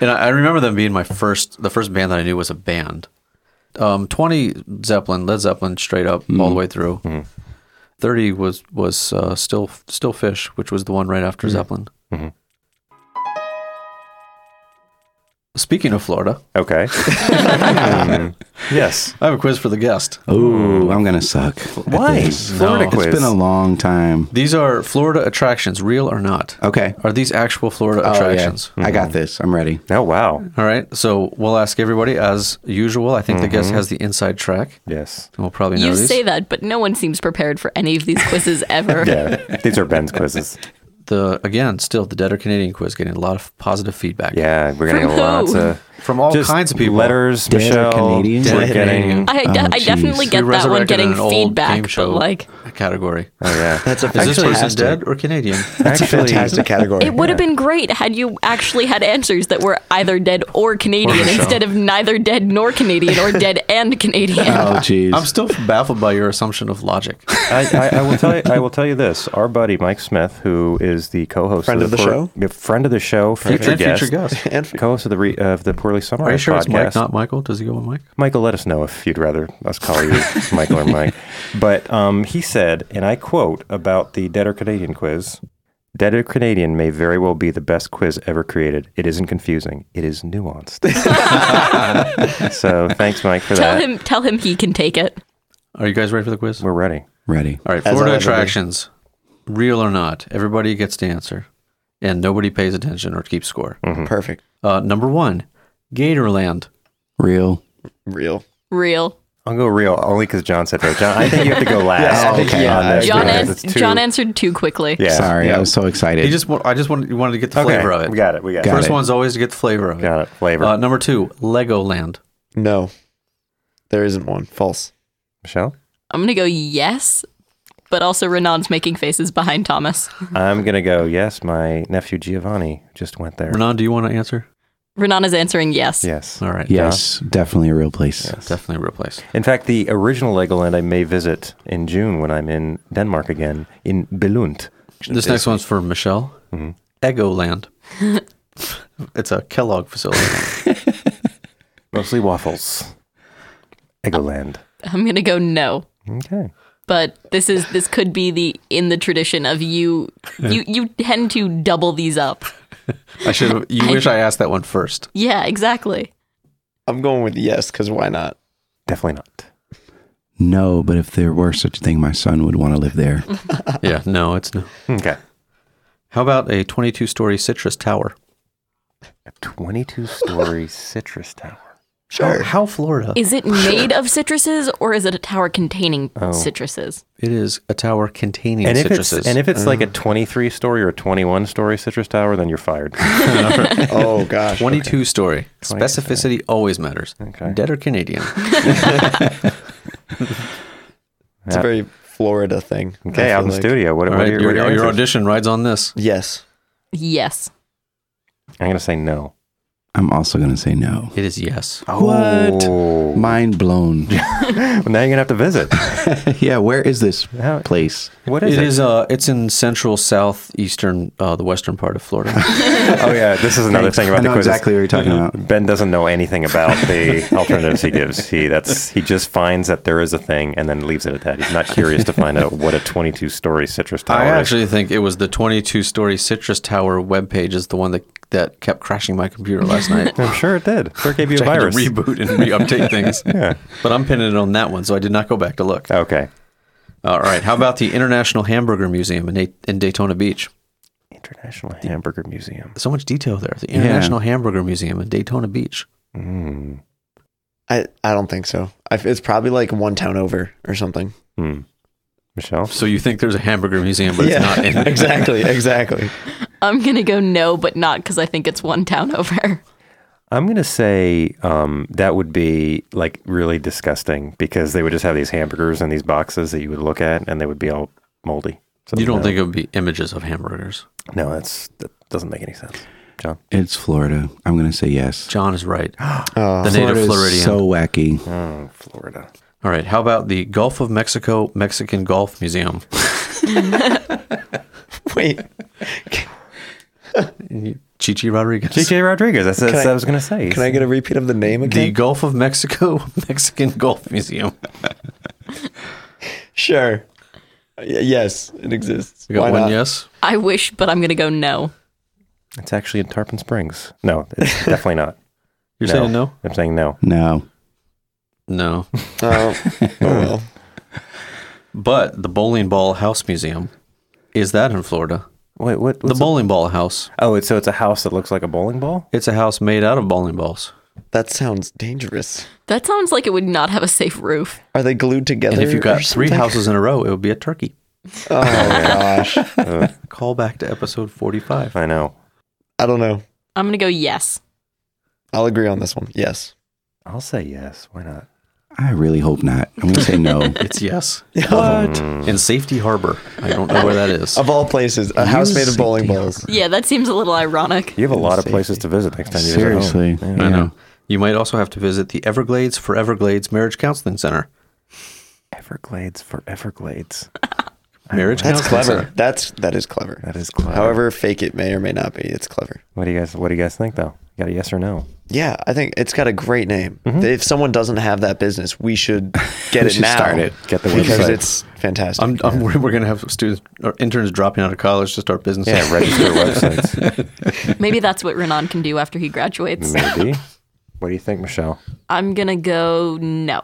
C: And I, I remember them being my first, the first band that I knew was a band. Um, 20 Zeppelin, Led Zeppelin, straight up all the way through. 30 was was uh, still still Fish, which was the one right after Zeppelin. Speaking of Florida,
D: Okay. Mm. yes.
C: I have a quiz for the guest.
B: Ooh, I'm gonna suck. at
D: Mm. Why?
B: this.
D: Florida
C: No.
D: quiz.
B: It's been a long time.
C: These are Florida attractions, real or not?
B: Okay.
C: Are these actual Florida
B: Oh, yeah.
C: attractions?
B: I got this. I'm ready.
D: oh wow.
C: All right. So we'll ask everybody as usual. I think the guest has the inside track.
D: Yes.
C: We'll probably know
E: You
C: these.
E: say that, but no one seems prepared for any of these quizzes ever.
D: Yeah. These are Ben's quizzes.
C: the again still the Dead or Canadian quiz getting a lot of positive feedback.
D: Yeah, we're gonna
E: From
D: get lots
E: who?
D: of
C: From all
D: Just
C: kinds of people.
D: Letters,
B: Dead or
D: Michelle.
B: Canadian?
D: We're
C: Dead or
D: getting.
C: Canadian.
E: I,
B: Oh,
D: Um,
E: de- I
B: jeez.
E: definitely
B: We
E: get that one
C: resurrected
E: getting
C: an old game
E: feedback, but
C: show
E: like
C: category.
D: Oh yeah.
F: That's a
C: Is this person
F: fantastic-
C: dead or Canadian?
F: That's a fantastic category.
E: it would have been great had you actually had answers that were either dead or Canadian
C: Michelle.
E: instead of neither dead nor Canadian or dead and Canadian.
B: Oh, jeez.
C: I'm still baffled by your assumption of logic.
D: I, I, I will tell you. I will tell you this. Our buddy Mike Smith, who is the co-host
F: Friend of the
D: Poor-
F: show?
D: yeah, friend of the show, future
C: and
D: guest,
C: future guest.
F: And f-
D: co-host of the re, of the poorly summarized
C: Are you sure
D: podcast.
C: it's Mike, not Michael? Does he go with Mike?
D: Michael, let us know if you'd rather us call you Michael or Mike. But um, he said, and I quote about the Dead or Canadian quiz Dead or Canadian may very well be the best quiz ever created. It isn't confusing, it is nuanced. so thanks, Mike, for
E: tell
D: that.
E: him tell him he can take it.
C: Are you guys ready for the quiz?
D: We're ready.
B: ready.
C: All right,
F: As
C: Florida
F: I'll ever be.
C: attractions, real or not, everybody gets to answer, and nobody pays attention or keeps score.
D: Hmm.
F: perfect.
C: Uh, number one, Gatorland.
B: Real.
F: Real.
E: Real.
D: I'll go real only because John said first. John, I think you have to go last.
F: I think he-
D: on
F: yeah,
D: this
E: John,
D: because
E: ans-
D: it's too-
E: John answered too quickly.
D: Yeah.
B: Sorry,
F: Yeah.
B: I was so excited.
C: You just, wa- I just wanted, wanted to get the
D: Okay.
C: flavor of it.
D: We got it. We got,
B: Got
D: it.
C: First
B: it.
C: one's always to get the flavor of it.
D: Got it. Flavor.
C: Uh, number two, Legoland.
F: No. There isn't one. False.
D: Michelle?
E: I'm gonna go yes, but also Renan's making faces behind Thomas.
D: I'm going to go. Yes, my nephew Giovanni just went there.
C: Renan, do you want to answer?
E: Renan is answering yes.
D: Yes.
C: All right.
B: yes, definitely a real place.
C: Definitely replace.
D: In fact, the original Legoland I may visit in June when I'm in Denmark again in Belund.
C: This next one's for Michelle.
D: Mm-hmm.
C: Egoland. it's a Kellogg facility.
D: Mostly waffles. Legoland.
E: I'm gonna go no.
D: Okay.
E: But this is this could be the in the tradition of you you you tend to double these up.
C: I should. have You wish I asked that one first.
E: Yeah, exactly.
F: I'm going with yes because why not?
D: Definitely not.
B: No, but if there were such a thing, my son would want to live there.
C: yeah. No, it's no.
D: Okay.
C: How about a 22-story citrus tower?
D: A 22 story citrus tower.
C: Sure. How, Florida?
E: Is it made of citruses or is it a tower containing
D: Oh.
E: citruses?
C: It is a tower containing
D: And if, it's,
C: citruses.
D: and if it's like
F: Mm.
D: a 23 story or a 21 story citrus tower, then you're fired.
F: Oh gosh.
C: 22 story. Specificity always matters.
D: Okay.
C: Dead or Canadian?
F: It's a very Florida thing. I
D: Okay,
F: feel
D: out in the
F: like.
D: studio. What,
C: All
D: what
C: right,
D: are your,
C: your,
D: what are
C: your,
D: your answers?
C: audition rides on this.
F: Yes.
E: Yes.
D: I'm going to say no.
B: I'm also going to say no.
C: It is yes.
B: What?
D: Oh.
B: Mind blown.
D: Well, now you're going to have to visit.
B: yeah, where is this
D: How-
B: place?
D: What is
C: It
D: it?
C: is. Uh, it's in central, southeastern, uh, the western part of Florida.
D: oh, yeah. This is another thing about
B: I
D: the
B: know
D: quizzes. Mm-hmm.
B: exactly what you're talking about.
D: Ben doesn't know anything about the alternatives he gives. He that's he just finds that there is a thing and then leaves it at that. He's not curious to find out what a 22 story citrus tower
C: I
D: is.
C: actually think it was the 22-story citrus tower webpage is the one that that kept crashing my computer last night.
D: I'm sure it did. Sure gave you a
C: I had to
D: virus.
C: reboot and re-update things. But I'm pinning it on that one, so I did not go back to look.
D: okay.
C: All right. How about the International Hamburger Museum in, A- in Daytona Beach?
D: International Hamburger Museum.
C: So much detail there. The International Hamburger Museum in Daytona Beach.
D: Mm.
F: I, I don't think so. I, it's probably like one town over or something.
D: Hmm. Michelle?
C: So you think there's a hamburger museum, but it's not in there.
F: exactly. Exactly.
E: I'm gonna go no, but not because I think it's one town over.
D: I'm going to say um, that would be like really disgusting because they would just have these hamburgers in these boxes that you would look at and they would be all moldy. So
C: You don't
D: no.
C: think it would be images of hamburgers?
D: No, that's that doesn't make any sense. John.
B: It's Florida. I'm going to say yes.
C: John is right.
F: Oh.
C: the native Floridian.
B: Florida's so wacky.
D: Oh, Florida.
C: All right. How about the Gulf of Mexico Mexican Golf Museum?
F: Wait.
C: Chichi Rodriguez.
D: JJ Rodriguez. That's, that's
F: Can I-
D: what I was going to say.
F: Can I get a repeat of the name
C: The
F: again?
C: Gulf of Mexico Mexican Golf Museum.
F: sure. Uh, Y- yes, it exists.
C: We got
F: Why
C: one
F: not?
C: yes.
E: I wish, but I'm gonna go no.
D: It's actually in Tarpon Springs. No, it's definitely not.
C: You're
D: No.
C: saying no?
D: I'm saying no.
B: No.
C: No.
F: Oh, oh well.
C: But the Bowling Ball House Museum. Is that in Florida?
D: Wait, what?
C: The
D: what's
C: Bowling Ball House.
D: it- oh, it's, so it's a house that looks like a bowling ball.
C: It's a house made out of bowling balls.
F: That sounds dangerous.
E: That sounds like it would not have a safe roof.
F: Are they glued together?
C: And if you
F: or
C: got three
F: something?
C: houses in a row, it would be a turkey.
F: Oh gosh.
C: Call back to episode 45.
D: I know.
F: I don't know.
E: I'm gonna go yes.
F: I'll agree on this one. Yes.
D: I'll say yes. Why not?
B: I really hope not. I'm going to say no.
C: It's yes. what?
D: Mm.
C: In Safety Harbor. I don't know where that is.
F: Of all places, a house made of bowling balls.
E: Yeah, that seems a little ironic.
D: You have a lot of places to visit next time you
B: Seriously.
D: visit home.
B: yeah.
C: I know. You might also have to visit the Everglades for Everglades Marriage Counseling Center.
D: Everglades for Everglades.
C: Marriage
F: That's
C: Counseling
F: clever.
C: Center.
F: That's that is clever.
D: That is clever.
F: However fake it may or may not be, it's clever.
D: What do you guys? What do you guys think though? You got a yes or no?
F: Yeah, I think it's got a great name.
C: Mm-hmm.
F: If someone doesn't have that business, we should get
B: We
F: it
B: should
F: now.
B: start it.
D: Get the
F: because
D: website.
F: it's fantastic.
C: I'm, I'm worried we're going to have students or interns dropping out of college to start businesses.
D: Yeah, register websites.
E: Maybe that's what Renan can do after he graduates.
D: Maybe. What do you think, Michelle?
E: I'm gonna go no.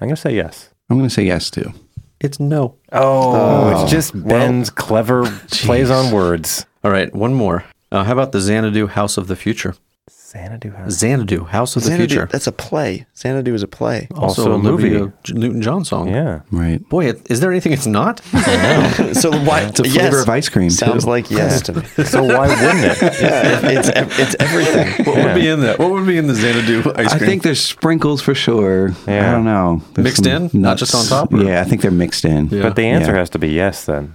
D: I'm gonna say yes.
B: I'm going to say yes too.
C: It's no.
D: Oh, it's just Ben's clever plays on words.
C: All right, one more. Uh, how about the Xanadu House of the Future?
D: Xanadu has
C: Xanadu House of
F: Xanadu,
C: the Future.
F: That's a play. Xanadu is a play.
C: also,
D: also
C: a
D: a
C: movie,
D: movie.
C: a J- Newton John song.
D: yeah.
B: Right.
C: Boy, it, is there anything it's not?
F: so why? It's
B: a flavor of ice cream,
F: Sounds
B: too.
F: like yes to me.
D: So why wouldn't it?
F: Yeah, it's ev- it's everything.
C: What would be in that? What would be in the Xanadu ice cream?
B: I think there's sprinkles for sure. I
D: Yeah.
B: don't know. There's
C: Mixed
B: some
C: in? Not just on top, or-
B: Yeah, I think they're mixed in.
C: Yeah.
D: But the answer
B: Yeah.
D: has to be yes then.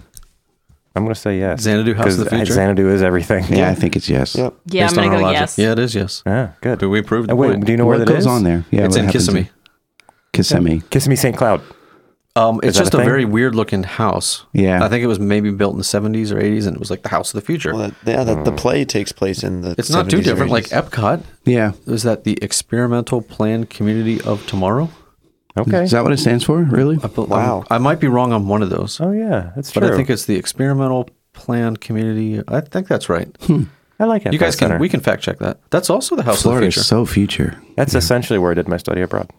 D: I'm gonna say yes.
C: Xanadu House of the
D: 'Cause
C: Future?
D: Xanadu is everything.
B: Yeah, I think it's yes.
F: Yep.
E: Yeah,
C: Based
E: I'm
C: on
E: gonna
C: our
E: go
C: logic.
E: yes.
C: Yeah, it is yes.
D: Yeah, good.
C: Do we prove the
D: Uh, wait,
C: point?
D: do you know where
B: What
D: that
B: goes
D: is?
B: on there? Yeah,
C: it's
B: what
C: in
B: happens
C: Kissimmee.
B: Kissimmee.
D: Kissimmee St. Cloud.
C: Um, it's
D: that a
C: just a,
D: thing?
C: very weird looking house.
B: Yeah.
C: I think it was maybe built in the 70s or 80s and it was like the house of the future.
F: Well, that- yeah,
B: Oh.
F: that the play takes place in the.
C: it's not too
F: 70s or
C: different. Like
F: 80s.
C: Epcot,
B: Yeah.
C: is that the Experimental Planned Community of Tomorrow?
D: Okay.
B: Is that what it stands for? Really?
C: I bel-
F: Wow.
C: I'm- I might be wrong on one of those,
D: oh yeah, that's
C: but
D: true.
C: I think it's the Experimental Planned Community. I think that's right.
D: Hmm. I like it.
C: You guys can, we can fact check that. That's also the house
B: Florida
C: of the
B: is so future.
D: That's essentially where I did my study abroad.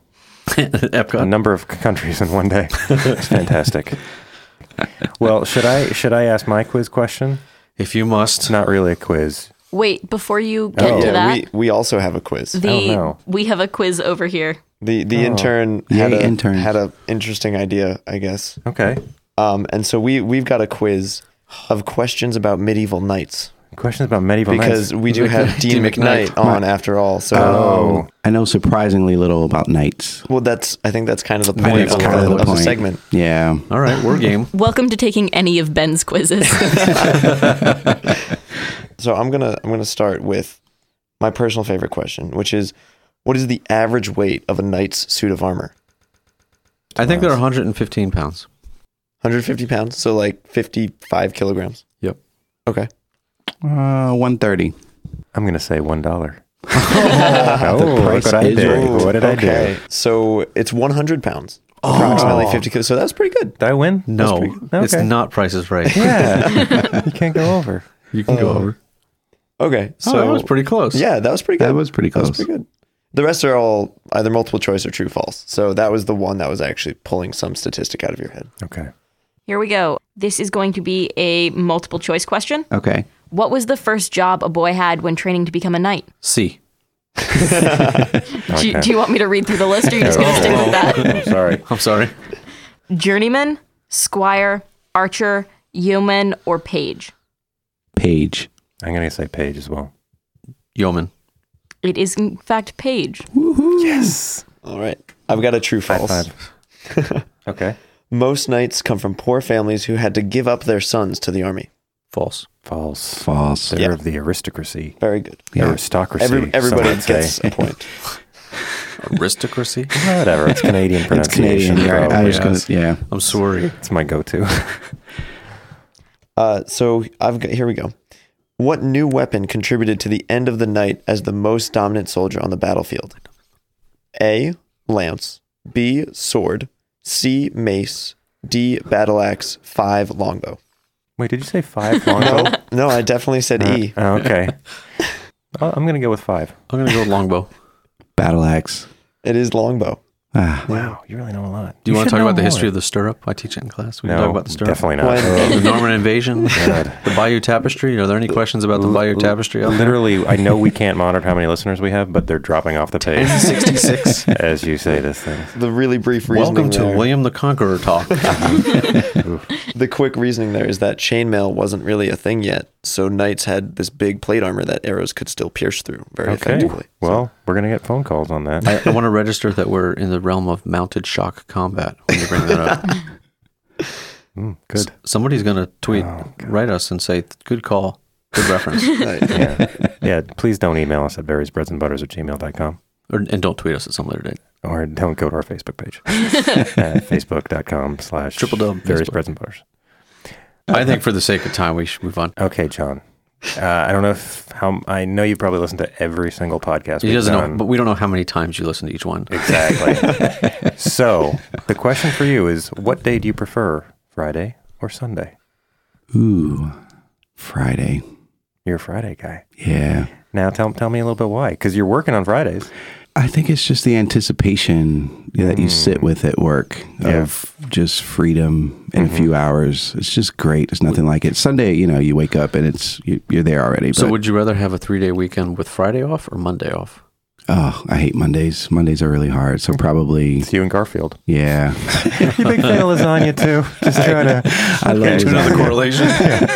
C: future.
D: A
C: Epcot.
D: number of c- countries in one day. It's fantastic. well, should I should I ask my quiz question?
C: If you must.
D: It's not really a quiz.
E: Wait, before you get
D: Oh.
E: to
F: yeah,
E: that,
F: we we also have a quiz.
E: the
D: know.
E: we have a quiz over here.
F: The the intern
B: Oh. Yay,
F: had a
B: interns.
F: had a interesting idea, I guess.
D: Okay.
F: Um, and so we we've got a quiz of questions about medieval knights
D: Questions about medieval
F: because
D: knights.
F: we do have Dean
C: McKnight.
F: McKnight on after all. So
D: Oh,
B: I know surprisingly little about knights.
F: well, that's I think that's kind of the point
B: That's
F: of,
B: kind
F: the,
B: of the
F: of the
B: point.
F: segment.
B: Yeah.
C: All right, we're game.
E: Welcome to taking any of Ben's quizzes.
F: So I'm gonna I'm gonna start with my personal favorite question, which is, what is the average weight of a knight's suit of armor?
C: I think they're 115 pounds.
F: 150 pounds, so like 55 kilograms.
C: Yep.
F: Okay.
B: Uh, 130.
D: I'm gonna say one dollar.
B: The
D: oh, look
B: price
D: what I
B: is
D: did.
B: right.
D: What did I
F: okay. So it's 100 pounds, approximately 50 kilograms. So that's pretty good.
D: do? Did I win?
C: No,
D: That's pretty- Okay.
C: it's not prices right.
D: Yeah. you can't go over.
C: You can go over.
F: Okay.
C: So
F: So
C: that
D: Oh.
C: was pretty close.
F: Yeah, that was pretty good.
B: That was pretty
F: That was
B: close.
F: pretty good. The rest are all either multiple choice or true false. So that was the one that was actually pulling some statistic out of your head.
D: Okay.
E: here we go. This is going to be a multiple choice question.
B: Okay.
E: What was the first job a boy had when training to become a knight?
C: C.
E: Do, you- do you want me to read through the list or are you just going to stick with that?
D: I'm sorry.
C: I'm sorry.
E: Journeyman, squire, archer, yeoman, or page?
B: Page.
D: I'm gonna say page as well.
C: Yeoman.
E: It is, in fact, page.
D: Yes.
F: All right. I've got a true false.
D: Five. okay.
F: Most knights come from poor families who had to give up their sons to the army.
C: False.
D: False.
B: False.
D: They're
F: Yeah.
D: of the aristocracy.
F: Very good.
D: Aristocracy.
F: Every,
D: some
F: everybody
D: would say.
F: gets a point.
C: Aristocracy.
D: Whatever. It's Canadian
B: It's
D: pronunciation.
B: Canadian. Right?
D: bro.
B: I was
C: yeah.
B: gonna, yeah.
C: I'm sorry.
D: It's my go-to.
F: Uh, so I've got here we go. What new weapon contributed to the end of the night as the most dominant soldier on the battlefield? A. Lance. B. Sword. C. Mace. D. Battle axe. Five. Longbow.
D: Wait, did you say five longbow?
F: No, no, I definitely said E.
D: Oh, okay. Well, I'm gonna go with five.
C: I'm going to go with longbow.
B: Battle axe.
F: It is longbow.
B: Ah,
D: Wow, you really know a lot.
C: Do you, want to
D: should
C: talk
D: know
C: about the
D: more.
C: history of the stirrup? I teach it in class. We
D: No,
C: can talk about the stirrup.
D: definitely not.
F: When-
C: the Norman invasion, the Bayou Tapestry. Are there any questions about the Bayou Tapestry? out there?
D: Literally, I know we can't monitor how many listeners we have, but they're dropping off the page. 66. As you say this thing.
F: The really brief reasoning.
C: Welcome to
F: there-
C: William the Conqueror talk.
F: The quick reasoning there is that chainmail wasn't really a thing yet, so knights had this big plate armor that arrows could still pierce through very
D: Okay.
F: effectively.
D: Well, we're going to get phone calls on that.
C: I, I want to register that we're in the realm of mounted shock combat when you bring that up.
D: Mm, good.
C: Somebody's going to tweet,
D: Oh, God.
C: write us, and say, good call, good reference.
F: Right.
D: Yeah. yeah. Please don't email us at berriesbreadsandbutters at gmail.com.
C: or, and don't tweet us at some later date.
D: or don't go to our Facebook page Uh, at facebook.com slash
C: Triple dub
D: various
C: Facebook.
D: breads and butters.
C: I think for the sake of time, we should move on.
D: Okay, John. Uh, I don't know if how I know you probably listen to every single podcast.
C: He
D: we've
C: doesn't know,
D: done.
C: but we don't know how many times you listen to each one.
D: exactly. so the question for you is: What day do you prefer, Friday or Sunday?
B: ooh, Friday.
D: You're a Friday guy.
B: Yeah.
D: Now tell tell me a little bit why, because you're working on Fridays.
B: I think it's just the anticipation that you sit with at work
D: Mm. Yeah. Mm-hmm.
B: of just freedom in a few hours. It's just great. It's nothing like it. Sunday, you know, you wake up and it's you, you're there already. But,
C: So would you rather have a three day weekend with Friday off or Monday off?
B: oh, I hate Mondays. Mondays are really hard. So probably,
D: It's you and Garfield.
B: yeah.
D: you big fan of lasagna too. Just trying to
B: I love
D: do another
B: lasagna.
C: correlation.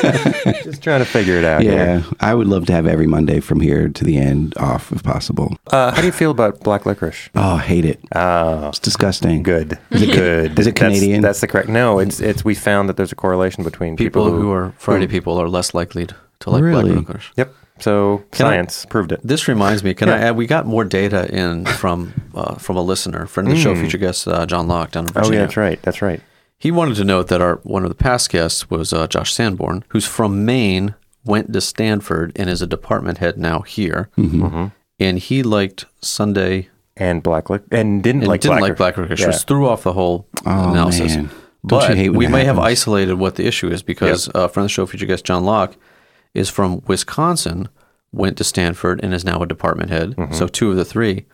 D: just trying to figure it out. here.
B: Yeah, I would love to have every Monday from here to the end off if possible.
D: Uh, how do you feel about black licorice?
B: Oh, I hate it.
D: Oh,
B: It's disgusting.
D: Good. Is it good?
B: is it
D: That's-
B: Canadian?
D: That's, the correct. No, it's it's. We found that there's a correlation between people,
C: people who are Friday
D: who-
C: people are less likely to to like
B: Really?
C: black licorice.
D: Yep. So
C: Can I-
D: science proved it.
C: This reminds me. Can I
D: Yeah.
C: add? We got more data in from uh, from a listener, friend of the show, future guest uh, John Locke down in
D: Oh
C: Virginia.
D: yeah, that's right. That's right.
C: He wanted to note that our one of the past guests was uh, Josh Sanborn, who's from Maine, went to Stanford, and is a department head now here. And he liked Sunday
D: And black lic- and didn't
C: and
D: like
C: didn't
D: black
C: like black licorice,
D: Yeah.
C: which threw off the whole
B: Oh,
C: analysis.
B: man. Don't you
C: But
B: hate when
C: we
B: that
C: may have
B: happens?
C: isolated what the issue is because uh, friend of the show, future guest John Locke, is from Wisconsin, went to Stanford, and is now a department head.
B: Mm-hmm.
C: So two of the three,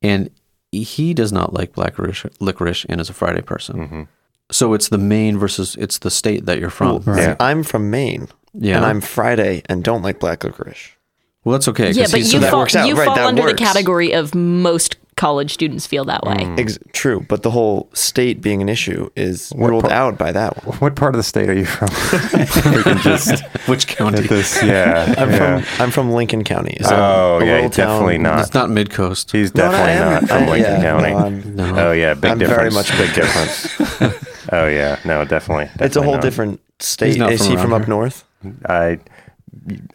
C: and he does not like black licorice, licorice and is a Friday person.
B: Mm-hmm.
C: So it's the Maine versus it's the state that you're from.
D: Yeah.
F: I'm from Maine,
C: Yeah.
F: and I'm Friday and don't like black licorice.
C: Well, that's okay. 'cause
E: Yeah, but
C: he's-
E: you
F: that
E: fall,
F: works out,
E: you
F: right,
E: fall
F: that
E: under
F: works. Mm.
E: the category of most college students feel that way.
D: Hmm.
F: Ex- true, but the whole state being an issue is ruled
D: part?
F: out by that one.
D: What part of the state are you from? we can just
C: which
D: at
C: county?
D: this. Yeah.
F: I'm
D: yeah.
F: from I'm from Lincoln County. It's
D: oh
F: a- a
D: yeah,
F: little town.
D: definitely
C: It's
D: not.
C: not mid coast.
D: He's
F: No, no,
D: definitely
F: I am-
D: not from
F: I-
D: Lincoln
F: yeah,
D: County.
F: no, I'm-
D: Oh yeah, big
F: I'm
D: difference.
F: very much
D: big difference. oh yeah, no, definitely.
F: It's a
D: definitely
F: whole
D: not.
F: different state.
C: not
F: Is
C: from
F: he
C: around
F: from up
C: here.
F: north?
D: I.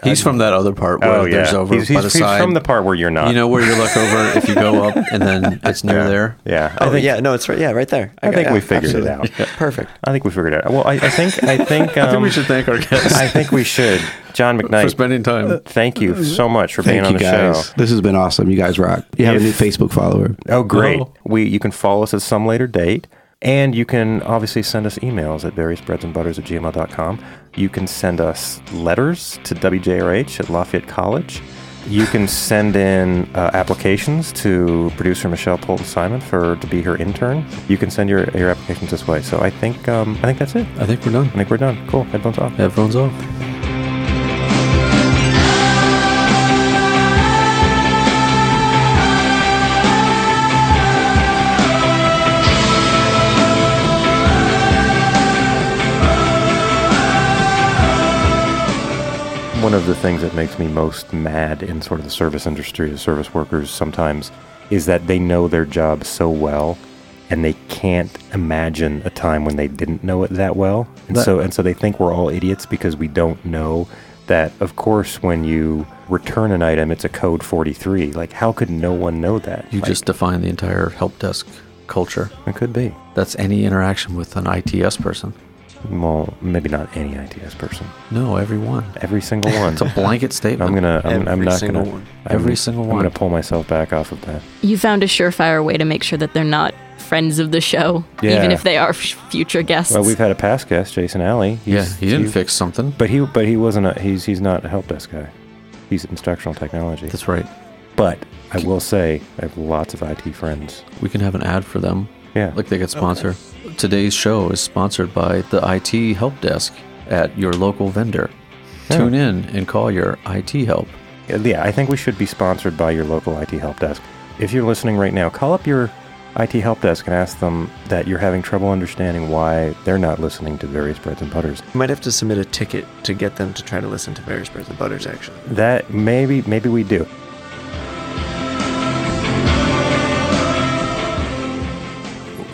C: He's from that other part where
D: Oh yeah.
C: there's over
D: he's
C: by
D: he's-
C: the
D: he's
C: side.
D: from the part where you're not.
C: You know where you look over if you go up and then it's near
D: Yeah.
C: there.
D: Yeah.
F: Oh yeah, no, it's right. Yeah, right there.
D: I
F: Okay,
D: think we
F: yeah,
D: figured it
F: absolutely.
D: out.
F: Perfect.
D: I think we figured it out. Well, I, I think I think um,
C: I think we should thank our guests
D: I think we should. John
C: for
D: McKnight,
C: spending time.
D: thank you so much for being
B: Thank
D: on
B: you
D: the
B: guys.
D: show.
B: This has been awesome. You guys rock. You have
D: If-
B: a new Facebook follower.
D: Oh, great.
C: No.
D: We you can follow us at some later date. And you can obviously send us emails at variousbreadsandbutters at gmail.com. You can send us letters to WJRH at Lafayette College. You can send in uh, applications to producer Michelle Polton Simon for to be her intern. You can send your, your applications this way. So I think um, I think that's it.
C: I think we're done.
D: I think we're done. Cool. Headphones off.
C: Headphones off.
D: One of the things that makes me most mad in sort of the service industry, the service workers sometimes, is that they know their job so well and they can't imagine a time when they didn't know it that well. And so and so they think we're all idiots because we don't know that of course when you return an item it's a code 43. Like how could no one know that?
C: You
D: Like,
C: just define the entire help desk culture.
D: it could be.
C: That's any interaction with an ITS person.
D: Well, maybe not any ITS person.
C: No, everyone.
D: Every single one.
C: It's a blanket statement.
D: I'm gonna. I'm, I'm
F: Every
D: not
F: single
D: gonna.
F: one.
D: I'm-
C: Every single
D: I'm
C: one.
D: gonna pull myself back off of that.
E: You found a surefire way to make sure that they're not friends of the show,
D: Yeah.
E: even if they are f- future guests.
D: Well, we've had a past guest, Jason Alley.
C: yeah,
D: He's-
C: he didn't fix something.
D: But he, but he wasn't. A, he's he's not a help desk guy. He's instructional technology.
C: That's right.
D: But I will say I have lots of IT friends.
C: We can have an ad for them.
D: Yeah.
C: Like they could sponsor. Today's show is sponsored by the IT help desk at your local vendor. Tune in and call your IT help.
D: Yeah, I think we should be sponsored by your local IT help desk. If you're listening right now, call up your IT help desk and ask them that you're having trouble understanding why they're not listening to various breads and butters.
F: You might have to submit a ticket to get them to try to listen to various breads and butters. Actually,
D: That maybe maybe we do.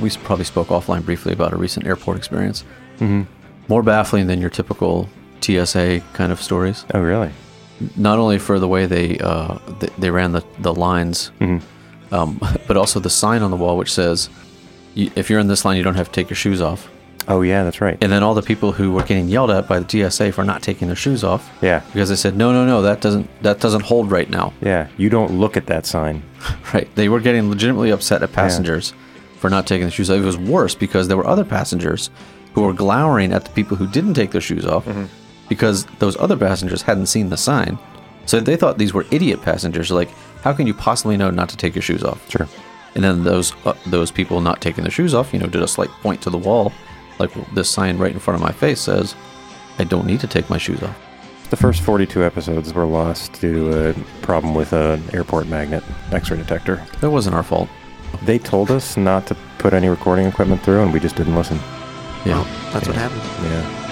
C: We probably spoke offline briefly about a recent airport experience. More baffling than your typical TSA kind of stories.
D: Oh, really?
C: Not only for the way they uh, th- they ran the, the lines, um, but also the sign on the wall which says, "You- if you're in this line, you don't have to take your shoes off.
D: Oh, yeah, that's right.
C: And then all the people who were getting yelled at by the TSA for not taking their shoes off.
D: Yeah.
C: Because they said, no, no, no, that doesn't that doesn't hold right now.
D: yeah, you don't look at that sign.
C: Right. They were getting legitimately upset at passengers for not taking their shoes off. It was worse because there were other passengers who were glowering at the people who didn't take their shoes off
F: Mm-hmm.
C: because those other passengers hadn't seen the sign. So they thought these were idiot passengers. Like, how can you possibly know not to take your shoes off?
D: Sure.
C: And then those uh, those people not taking their shoes off, you know, did a slight point to the wall, like this sign right in front of my face says, "I don't need to take my shoes off."
D: The first 42 episodes were lost due to a problem with an airport magnet X-ray detector.
C: That wasn't our fault.
D: They told us not to put any recording equipment through, and we just didn't listen.
C: Yeah.
F: that's what happens.
D: Yeah.